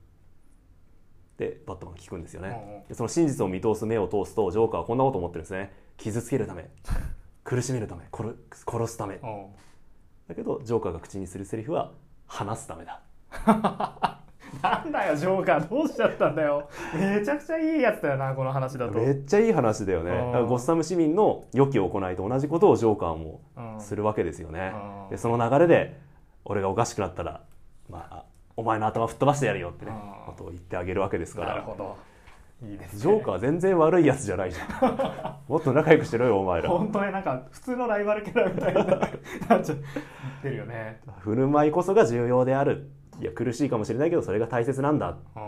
Speaker 2: てバットマンが聞くんですよね、
Speaker 1: うんうん
Speaker 2: でその真実を見通す目を通すとジョーカーはこんなこと思ってるんですね傷つけるため苦しめるため殺殺すため
Speaker 1: うん
Speaker 2: だけどジョーカーが口にするセリフは「話すためだ
Speaker 1: なんだよジョーカーどうしちゃったんだよめちゃくちゃいいやつだよなこの話」だと、
Speaker 2: めっちゃいい話だよね
Speaker 1: うん
Speaker 2: だからゴッサム市民の良き行いと同じことをジョーカーも
Speaker 1: うん、
Speaker 2: するわけですよね
Speaker 1: うん
Speaker 2: でその流れで俺がおかしくなったら、まあ、お前の頭吹っ飛ばしてやるよってね
Speaker 1: うん
Speaker 2: ことを言ってあげるわけですか
Speaker 1: なる
Speaker 2: ら
Speaker 1: ほどいいですね
Speaker 2: ジョーカー全然悪いやつじゃないじゃ ん。もっと仲良くしろよ、お前ら。
Speaker 1: 本当ねなんか普通のライバルキャラみたいにななっちゃってるよね
Speaker 2: 振る舞いこそが重要である。いや、苦しいかもしれないけど、それが大切なんだっていう。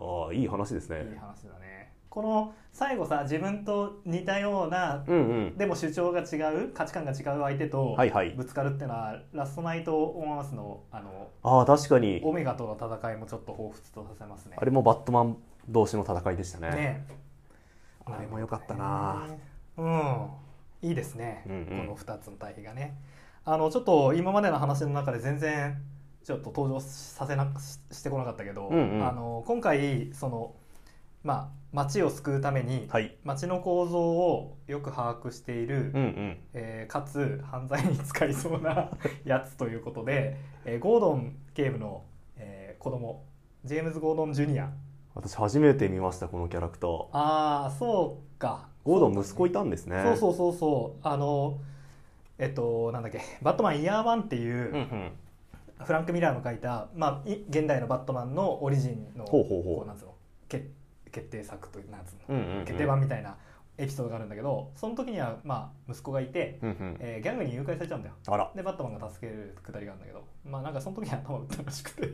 Speaker 2: ああ、いい話です
Speaker 1: いい
Speaker 2: ね。
Speaker 1: 話だねこの最後さ自分と似たような
Speaker 2: うんうん。
Speaker 1: でも主張が違う価値観が違う相手と
Speaker 2: はいはい
Speaker 1: ぶつかるっていうのは、ラストナイト・オン・アースのあの
Speaker 2: ああ、確かに。
Speaker 1: オメガとの戦いもちょっと彷彿とさせますね
Speaker 2: あれもバットマン同士の戦いでしたね。
Speaker 1: ね
Speaker 2: あれも良かったな
Speaker 1: うんいいですね、
Speaker 2: うんうん
Speaker 1: この2つの対比がねあのちょっと今までの話の中で全然ちょっと登場させなししてこなかったけど、
Speaker 2: うんうん
Speaker 1: あの今回そのまあ町を救うために、
Speaker 2: はい。
Speaker 1: 町の構造をよく把握している、
Speaker 2: うんうん。
Speaker 1: えーかつ犯罪に使いそうなやつということで、えーゴードン警部の、えー子供ジェームズ・ゴードン・ジュニア
Speaker 2: 私初めて見ました、このキャラクター。ゴ
Speaker 1: ああそうか
Speaker 2: ードン息子いたんですね。
Speaker 1: そうそうそうそうあのえっとなんだっけ「バットマンイヤーワンっていう、
Speaker 2: うんうん。
Speaker 1: フランク・ミラーの書いた、まあ、い現代のバットマンのオリジンの
Speaker 2: ほうほうほう
Speaker 1: こなんつうの決決定作というなんつうの、
Speaker 2: うんうんうん。
Speaker 1: 決定版みたいなエピソードがあるんだけどその時には、まあ、息子がいて、
Speaker 2: うんうん。
Speaker 1: えーギャングに誘拐されちゃうんだよ
Speaker 2: あら、
Speaker 1: でバットマンが助けるくだりがあるんだけどまあなんかその時に頭打ったらしくて、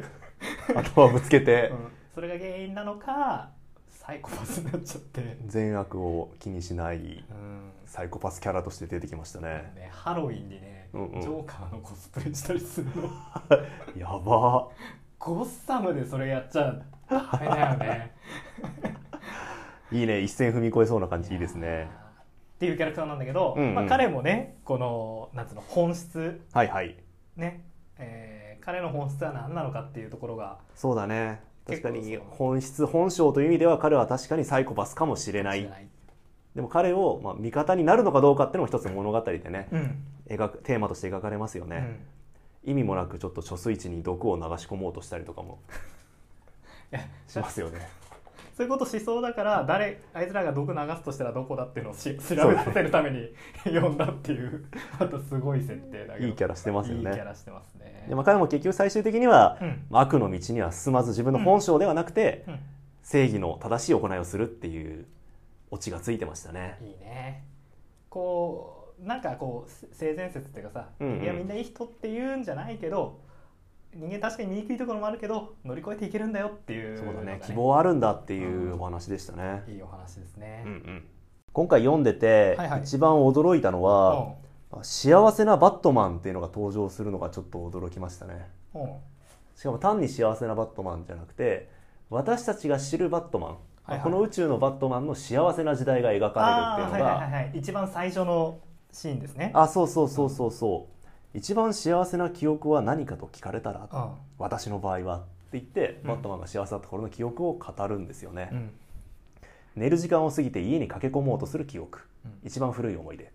Speaker 2: 頭ぶつけて
Speaker 1: う、んそれが原因なのかサイコパスになっちゃって、
Speaker 2: 善悪を気にしない
Speaker 1: うん
Speaker 2: サイコパスキャラとして出てきましたね。
Speaker 1: ね、ハロウィンにね、
Speaker 2: うんうん
Speaker 1: ジョーカーのコスプレしたりするの
Speaker 2: やば
Speaker 1: ゴッサムでそれやっちゃダメだよね
Speaker 2: いいね一線踏み越えそうな感じいいですね
Speaker 1: っていうキャラクターなんだけど、
Speaker 2: うんうん
Speaker 1: まあ、彼もねこのなんつうの本質
Speaker 2: はいはい
Speaker 1: ね、えー彼の本質は何なのかっていうところが
Speaker 2: そうだね
Speaker 1: 結
Speaker 2: 確か
Speaker 1: 構
Speaker 2: に
Speaker 1: そう
Speaker 2: 本質本性という意味では彼は確かにサイコパスかもしれない
Speaker 1: 知らない
Speaker 2: でも彼を、まあ、味方になるのかどうかっていうのも一つ物語でね
Speaker 1: うん、
Speaker 2: 描くテーマとして描かれますよ
Speaker 1: う
Speaker 2: ね、
Speaker 1: ん
Speaker 2: 意味もなくちょっと貯水池に毒を流し込もうとしたりとかも
Speaker 1: いや
Speaker 2: しますよね
Speaker 1: そういうことしそうだから誰あいつらが毒流すとしたらどこだっていうのをし調べさせるために 読んだっていう またすごい設定だけど
Speaker 2: いいキャラしてますよね
Speaker 1: いいキャラしてますね
Speaker 2: で、まあ、彼も結局最終的には、
Speaker 1: うん
Speaker 2: まあ悪の道には進まず自分の本性ではなくて、
Speaker 1: うん
Speaker 2: 正義の正しい行いをするっていうオチがついてましたね
Speaker 1: いいねこうなんかこうせ性善説っていうかさ、
Speaker 2: うんうん
Speaker 1: いやみんないい人って言うんじゃないけど人間確かに醜いところもあるけど乗り越えていけるんだよっていう
Speaker 2: そうだ
Speaker 1: のが
Speaker 2: ね希望はあるんだっていうお話でしたね、
Speaker 1: いいお話ですね、
Speaker 2: うんうん今回読んでて
Speaker 1: はいはい
Speaker 2: 一番驚いたのは、
Speaker 1: う
Speaker 2: 幸せなバットマンっていうのが登場するのがちょっと驚きましたね
Speaker 1: んうん
Speaker 2: しかも単に幸せなバットマンじゃなくて私たちが知るバットマン、
Speaker 1: いはい
Speaker 2: この宇宙のバットマンの幸せな時代が描か
Speaker 1: あ
Speaker 2: れる
Speaker 1: あ
Speaker 2: っ
Speaker 1: ーはい
Speaker 2: ていうのが、
Speaker 1: はいはいはい一番最初のシーンですね
Speaker 2: あそうそうそうそうそう一番幸せな記憶は何かと聞かれたら
Speaker 1: う
Speaker 2: 私の場合はって言って、
Speaker 1: うん
Speaker 2: バットマンが幸せだった頃の記憶を語るんですよね、
Speaker 1: ん、うん
Speaker 2: 寝る時間を過ぎて家に駆け込もうとする記憶
Speaker 1: うん
Speaker 2: 一番古い思い出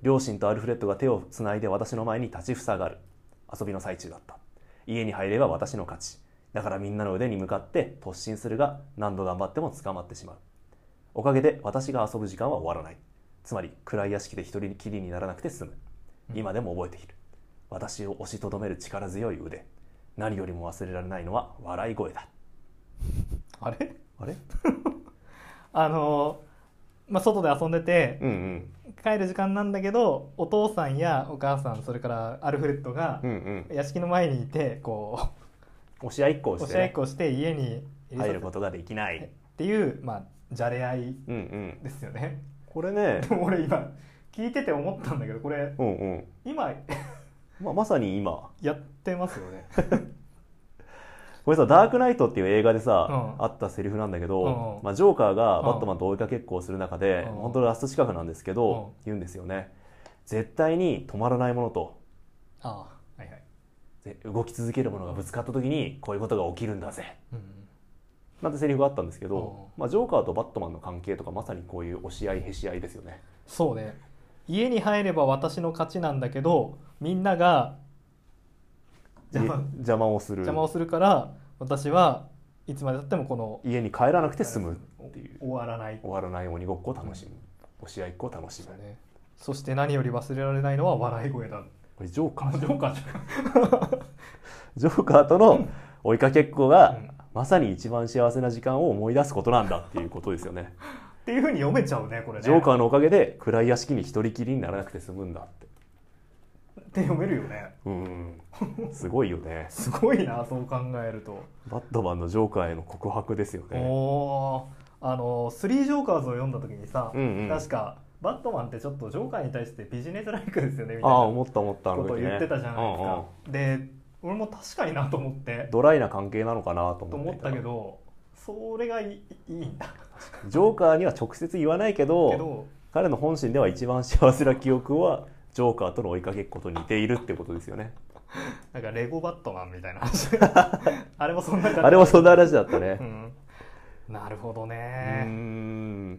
Speaker 2: 両親とアルフレッドが手をつないで私の前に立ちふさがる遊びの最中だった家に入れば私の勝ちだからみんなの腕に向かって突進するが何度頑張っても捕まってしまうおかげで私が遊ぶ時間は終わらないつまり暗い屋敷で一人きりにならなくて済む今でも覚えている私を押しとどめる力強い腕何よりも忘れられないのは笑い声だ
Speaker 1: あれ
Speaker 2: あれ
Speaker 1: あのーまあ、外で遊んでて
Speaker 2: うんうん
Speaker 1: 帰る時間なんだけどお父さんやお母さんそれからアルフレッドが
Speaker 2: うんうん
Speaker 1: 屋敷の前にいてこう
Speaker 2: 押し合いっこをし
Speaker 1: お
Speaker 2: て
Speaker 1: しゃ
Speaker 2: ね、
Speaker 1: れっこして家に入れさせ
Speaker 2: 入ることができない、
Speaker 1: っていう、まあ、じゃれ合い
Speaker 2: うんうん
Speaker 1: ですよね
Speaker 2: これね
Speaker 1: でも俺今聞いてて思ったんだけどこれ
Speaker 2: うんうん
Speaker 1: 今
Speaker 2: まあまさに今
Speaker 1: やってますよね
Speaker 2: これさ「ダークナイト」っていう映画でさ、
Speaker 1: うん
Speaker 2: あったセリフなんだけど、
Speaker 1: うんうん
Speaker 2: まあ、ジョーカーが
Speaker 1: うん
Speaker 2: バットマンと追いかけっこをする中で、
Speaker 1: うん
Speaker 2: 本当のラスト近くなんですけど、言うんですよね絶対に止まらないものと
Speaker 1: ああはいはい、
Speaker 2: ぜ動き続けるものがぶつかった時にこういうことが起きるんだぜ
Speaker 1: うん、
Speaker 2: なんてセリフがあったんですけ
Speaker 1: うん
Speaker 2: ど、まあ、ジョーカーとバットマンの関係とかまさにこういう押し合いへし合いですよね
Speaker 1: そうね家に入れば私の勝ちなんだけどみんなが邪魔
Speaker 2: い邪魔をする
Speaker 1: 邪魔をするから私はいつまでたってもこの
Speaker 2: 家に帰らなくて済むっていう
Speaker 1: 終わらない
Speaker 2: 終わらない鬼ごっこを楽しむ押し合いっこを楽しむ
Speaker 1: ねそして何より忘れられないのは笑い声だ
Speaker 2: これジョーカ
Speaker 1: あ
Speaker 2: ー
Speaker 1: ジョーカーじゃん
Speaker 2: ジョーカーとの追いかけっこが、
Speaker 1: うん
Speaker 2: まさに一番幸せな時間を思い出すことなんだっていうことですよね
Speaker 1: っていうふうに読めちゃうねこれね
Speaker 2: ジョーカーのおかげで暗い屋敷に一人きりにならなくて済むんだって
Speaker 1: って読めるよね
Speaker 2: うんすごいよね
Speaker 1: すごいなそう考えると、
Speaker 2: バットマンのジョーカーへの告白ですよね
Speaker 1: おーあの「スリージョーカーズ」を読んだ時にさ、
Speaker 2: うんうん
Speaker 1: 確かバットマンってちょっとジョーカーに対してビジネスライクですよねみ
Speaker 2: あ
Speaker 1: たい
Speaker 2: あ
Speaker 1: な
Speaker 2: 思った思ったあ
Speaker 1: こ
Speaker 2: の
Speaker 1: とを
Speaker 2: 時、ね、
Speaker 1: 言ってたじゃないです
Speaker 2: うん
Speaker 1: か
Speaker 2: う、
Speaker 1: で俺も確かになと思って
Speaker 2: んドライな関係なのかなと
Speaker 1: と
Speaker 2: 思
Speaker 1: 思
Speaker 2: って
Speaker 1: っ
Speaker 2: いた
Speaker 1: たけどそれがいいいいんだ
Speaker 2: ジョーカーには直接言わないけど
Speaker 1: けど
Speaker 2: 彼の本心では一番幸せな記憶はジョーカーとの追いかけっこと似ているってことですよね
Speaker 1: なんかレゴバットマンみた いな話あれもそんな感じ
Speaker 2: あれはそんな話だったね
Speaker 1: うんなるほど
Speaker 2: うー
Speaker 1: ね
Speaker 2: ん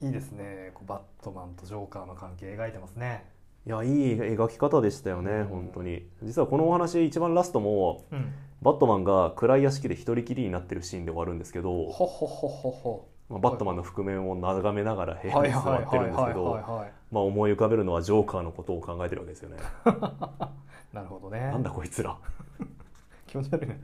Speaker 1: いいですねこうバットマンとジョーカーの関係描いてますね
Speaker 2: いやいい描き方でしたよね、
Speaker 1: うん
Speaker 2: 本当に実はこのお話一番ラストも
Speaker 1: うん
Speaker 2: バットマンが暗い屋敷で一人きりになってるシーンで終わるんですけど、
Speaker 1: ほほほほほ
Speaker 2: まあ、バットマンの覆面を眺めながら部屋
Speaker 1: はい
Speaker 2: に座
Speaker 1: はい
Speaker 2: って
Speaker 1: は
Speaker 2: る
Speaker 1: い
Speaker 2: んです
Speaker 1: は
Speaker 2: け
Speaker 1: い
Speaker 2: ど
Speaker 1: はいはい
Speaker 2: まあ思い浮かべるのはジョーカーのことを考えてるわけですよね
Speaker 1: なるほどね
Speaker 2: なんだこいつら
Speaker 1: 気持ち悪いね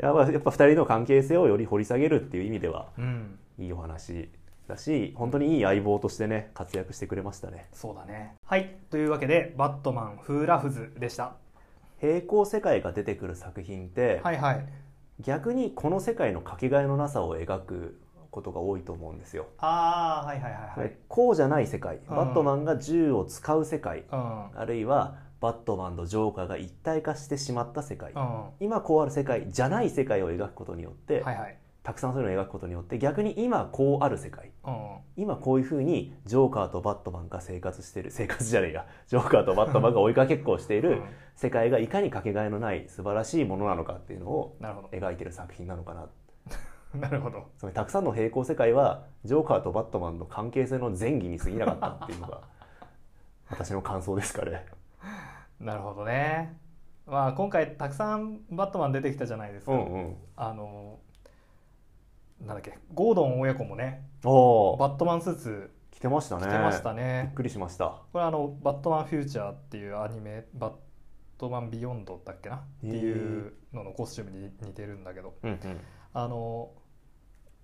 Speaker 2: いやまあやっぱ二人の関係性をより掘り下げるっていう意味では
Speaker 1: うん
Speaker 2: いいお話だし本当にいい相棒としてね活躍してくれましたね
Speaker 1: そうだねはいというわけで「バットマンフーラフズ」でした
Speaker 2: 平行世界が出てくる作品って、
Speaker 1: はいはい
Speaker 2: 逆にこの世界のかけがえのなさを描くことが多いと思うんですよ、
Speaker 1: ああはいはいはいはい
Speaker 2: こうじゃない世界、
Speaker 1: うん
Speaker 2: バットマンが銃を使う世界
Speaker 1: うん
Speaker 2: あるいはバットマンとジョーカーが一体化してしまった世界、
Speaker 1: うん
Speaker 2: 今こうある世界じゃない世界を描くことによって、
Speaker 1: はいはい
Speaker 2: たくさんそういうのを描くことによって逆に今こうある世界
Speaker 1: うん
Speaker 2: 今こういうふうにジョーカーとバットマンが生活してる生活じゃねえや ジョーカーとバットマンが追いかけっこをしてい
Speaker 1: う
Speaker 2: る
Speaker 1: ん
Speaker 2: 世界がいかにかけがえのない素晴らしいものなのかっていうのを
Speaker 1: なるほ
Speaker 2: 描いてる作品なのかな
Speaker 1: ど なるほど
Speaker 2: つまりたくさんの平行世界はジョーカーとバットマンの関係性の前儀に過ぎなかったっていうの が私の感想ですかね。
Speaker 1: なるほどねまあ今回たくさんバットマン出てきたじゃないですか、
Speaker 2: うん、
Speaker 1: あのなんだっけゴードン親子もね
Speaker 2: おー
Speaker 1: バットマンスーツ
Speaker 2: 来てましたね
Speaker 1: 着てました
Speaker 2: びっ
Speaker 1: ね
Speaker 2: くりしました。
Speaker 1: これあの「バットマンフューチャー」っていうアニメ「バットマンビヨンド」だっけなっていうののコスチュームに似てるんだけど
Speaker 2: うんうん、
Speaker 1: あの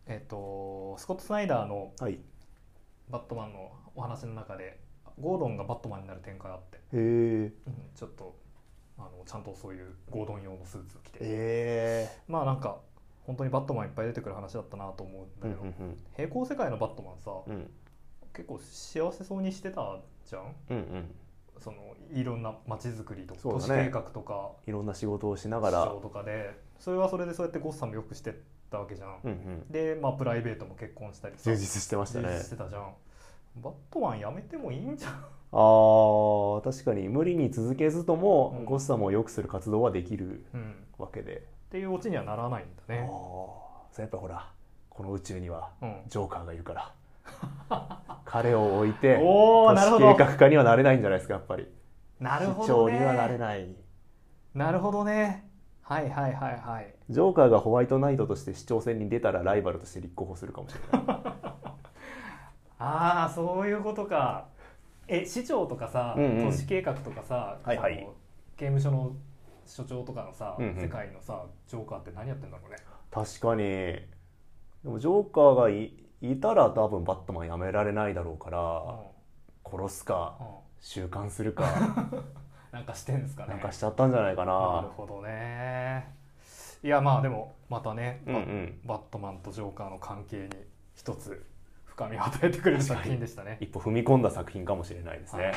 Speaker 1: えっとスコット・スナイダーの
Speaker 2: はい。へ
Speaker 1: バットマンのお話の中でゴードンがバットマンになる展開あって、
Speaker 2: え。
Speaker 1: うんちょっとあのちゃんとそういうゴードン用のスーツを着て、
Speaker 2: え
Speaker 1: まあなんか本当にバットマンいっぱい出てくる話だったなと思うん
Speaker 2: う
Speaker 1: だ
Speaker 2: ん
Speaker 1: け
Speaker 2: う
Speaker 1: ど、
Speaker 2: ん
Speaker 1: 平行世界のバットマンさ、
Speaker 2: うんうん
Speaker 1: 結構幸せそうにしてたじゃん
Speaker 2: うんうん。
Speaker 1: そのいろんな街づくりとか、
Speaker 2: そうだ
Speaker 1: 都
Speaker 2: ね
Speaker 1: 市計画とか
Speaker 2: いろんな仕事をしなが
Speaker 1: 市
Speaker 2: ら
Speaker 1: 場、とかでそれはそれでそうやってゴッサムよくしてたわけじゃん、
Speaker 2: うんうん、
Speaker 1: でまあプライベートも結婚したりさ
Speaker 2: 充実してました
Speaker 1: 充
Speaker 2: ね
Speaker 1: 実して。たじゃんバットマンやめてもいいんじゃん
Speaker 2: あー確かに無理に続けずとも、
Speaker 1: うん
Speaker 2: ゴッサムを良くする活動はできる
Speaker 1: うん、っ
Speaker 2: わけで。
Speaker 1: ていうオチにはならないんだ
Speaker 2: あー
Speaker 1: ね
Speaker 2: それやっぱほらこの宇宙には
Speaker 1: うん
Speaker 2: ジョーカーがいるから 彼を置いて
Speaker 1: おー
Speaker 2: 都
Speaker 1: なるほ
Speaker 2: 市
Speaker 1: ど
Speaker 2: 計画家にはなれないんじゃないですかやっぱり
Speaker 1: なるほ
Speaker 2: 市
Speaker 1: ど
Speaker 2: 長にはなれ
Speaker 1: ね
Speaker 2: ない
Speaker 1: なるほどねはいはいはいはい
Speaker 2: ジョーカーがホワイトナイトとして市長選に出たらライバルとして立候補するかもしれない
Speaker 1: ああそういうことかえ市長とかさ、
Speaker 2: うんうん
Speaker 1: 都市計画とかさ、
Speaker 2: はいはい
Speaker 1: あの刑務所の所長とかのさ、
Speaker 2: うんうん
Speaker 1: 世界のさジョーカーって何やってんだろうね
Speaker 2: 確かにでもジョーカーがいいたら多分バットマンやめられないだろうから
Speaker 1: う
Speaker 2: 殺すか
Speaker 1: んうん
Speaker 2: 収監す るか
Speaker 1: なんかしてんですかね
Speaker 2: なんかしちゃったんじゃないか
Speaker 1: なる
Speaker 2: な
Speaker 1: ほどねいやまあでもまたね、
Speaker 2: うんうん
Speaker 1: バットマンとジョーカーの関係に一つ深みを与えてくれる作品でしたね。
Speaker 2: 一歩踏み込んだ作品かもしれないですね。
Speaker 1: はい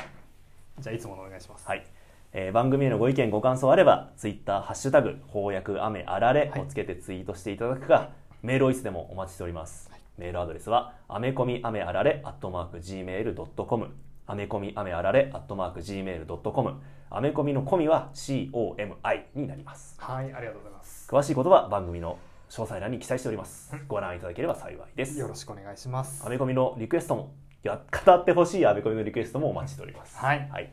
Speaker 1: じゃあいつものお願いします。
Speaker 2: はい、えー番組へのご意見ご感想あればツイッターハッシュタグ翻訳雨あられ
Speaker 1: はい
Speaker 2: をつけてツイートしていただくか、メールをいつでもお待ちしております、
Speaker 1: はい
Speaker 2: メールアドレスはアメコミアメあられアットマーク Gmail.com アメコミアメあられアットマーク Gmail.com アメコミのコミは COMI になります
Speaker 1: はい、ありがとうございます。
Speaker 2: 詳しいことは番組の詳細欄に記載しておりますご覧いただければ幸いです
Speaker 1: よろしくお願いします
Speaker 2: ア。メコミのリクエストもや語ってほしいアメコミのリクエストもお待ちしております
Speaker 1: はい
Speaker 2: はい、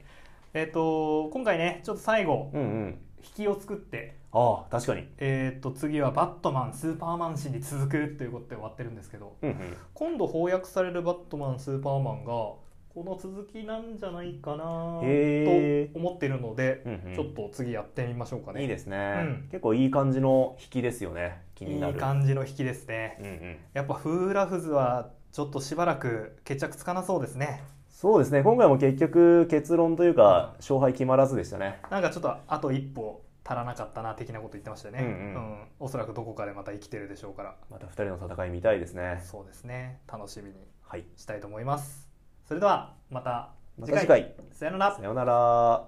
Speaker 1: えっ、と今回ね、ちょっと最後
Speaker 2: うんうん
Speaker 1: 引きを作って、
Speaker 2: ああ確かに
Speaker 1: えっ、と次はバットマン、スーパーマン史に続くということで終わってるんですけど、
Speaker 2: うんうん
Speaker 1: 今度翻訳されるバットマン、スーパーマンがこの続きなんじゃないかな
Speaker 2: へー
Speaker 1: と思ってるので、
Speaker 2: うんうん
Speaker 1: ちょっと次やってみましょうかね。
Speaker 2: いいですね、
Speaker 1: うん
Speaker 2: 結構いい感じの引きですよね気にないる
Speaker 1: い感じの引きですね。
Speaker 2: うんうん、
Speaker 1: やっぱフーラフズはちょっとしばらく決着つかなそうですね。
Speaker 2: そうですね今回も結局結論というか勝敗決まらずでしたね
Speaker 1: なんかちょっとあと一歩足らなかったな的なこと言ってましたよね、
Speaker 2: うんう
Speaker 1: おそらくどこかでまた生きてるでしょうから
Speaker 2: また2人の戦い見たいですね
Speaker 1: そうですね楽しみに
Speaker 2: はい
Speaker 1: したいと思いますそれではまた
Speaker 2: また次回
Speaker 1: さよなら
Speaker 2: さようなら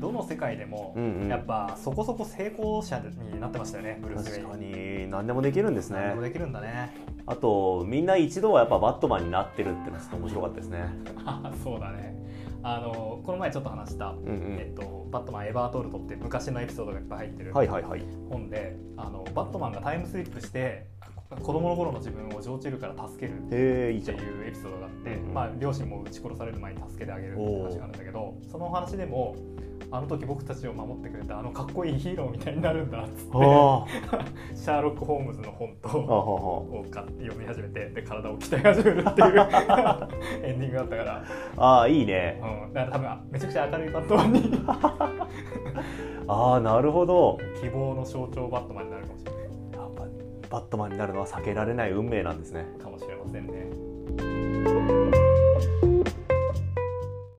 Speaker 1: どの世界でも、
Speaker 2: うんうん
Speaker 1: やっぱそこそこ成功者になってましたよねブルース・ウ
Speaker 2: 確か
Speaker 1: ェイ
Speaker 2: に何でもできるんですね
Speaker 1: 何でもできるんだね
Speaker 2: あとみんな一度はやっぱバットマンになってるってのはちょっと面白かったですね
Speaker 1: あ そうだねあのこの前ちょっと話した、
Speaker 2: うんうん
Speaker 1: えっと、バットマン・エバートルトって昔のエピソードがいっぱい入ってる、
Speaker 2: はいはいはい
Speaker 1: 本であのバットマンがタイムスリップして子供の頃の自分をジョーチルから助けるっ
Speaker 2: へえいい
Speaker 1: て
Speaker 2: じゃん
Speaker 1: いうエピソードがあって、
Speaker 2: うん
Speaker 1: まあ、両親も撃ち殺される前に助けてあげるって話があるんだけどそのお話でもあの時僕たちを守ってくれたあのかっこいいヒーローみたいになるんだっつって
Speaker 2: ああ
Speaker 1: シャーロック・ホームズの本
Speaker 2: あは
Speaker 1: と。
Speaker 2: は
Speaker 1: を買って読み始めてで体を鍛え始めるっていう エンディングだったから,、
Speaker 2: ああいいね
Speaker 1: うん、だから多分めちゃくちゃ明るいバットマンに
Speaker 2: ああなるほど
Speaker 1: 希望の象徴バットマンになるかもしれない
Speaker 2: やっぱバットマンになるのは避けられない運命なんですね
Speaker 1: かもしれませんね。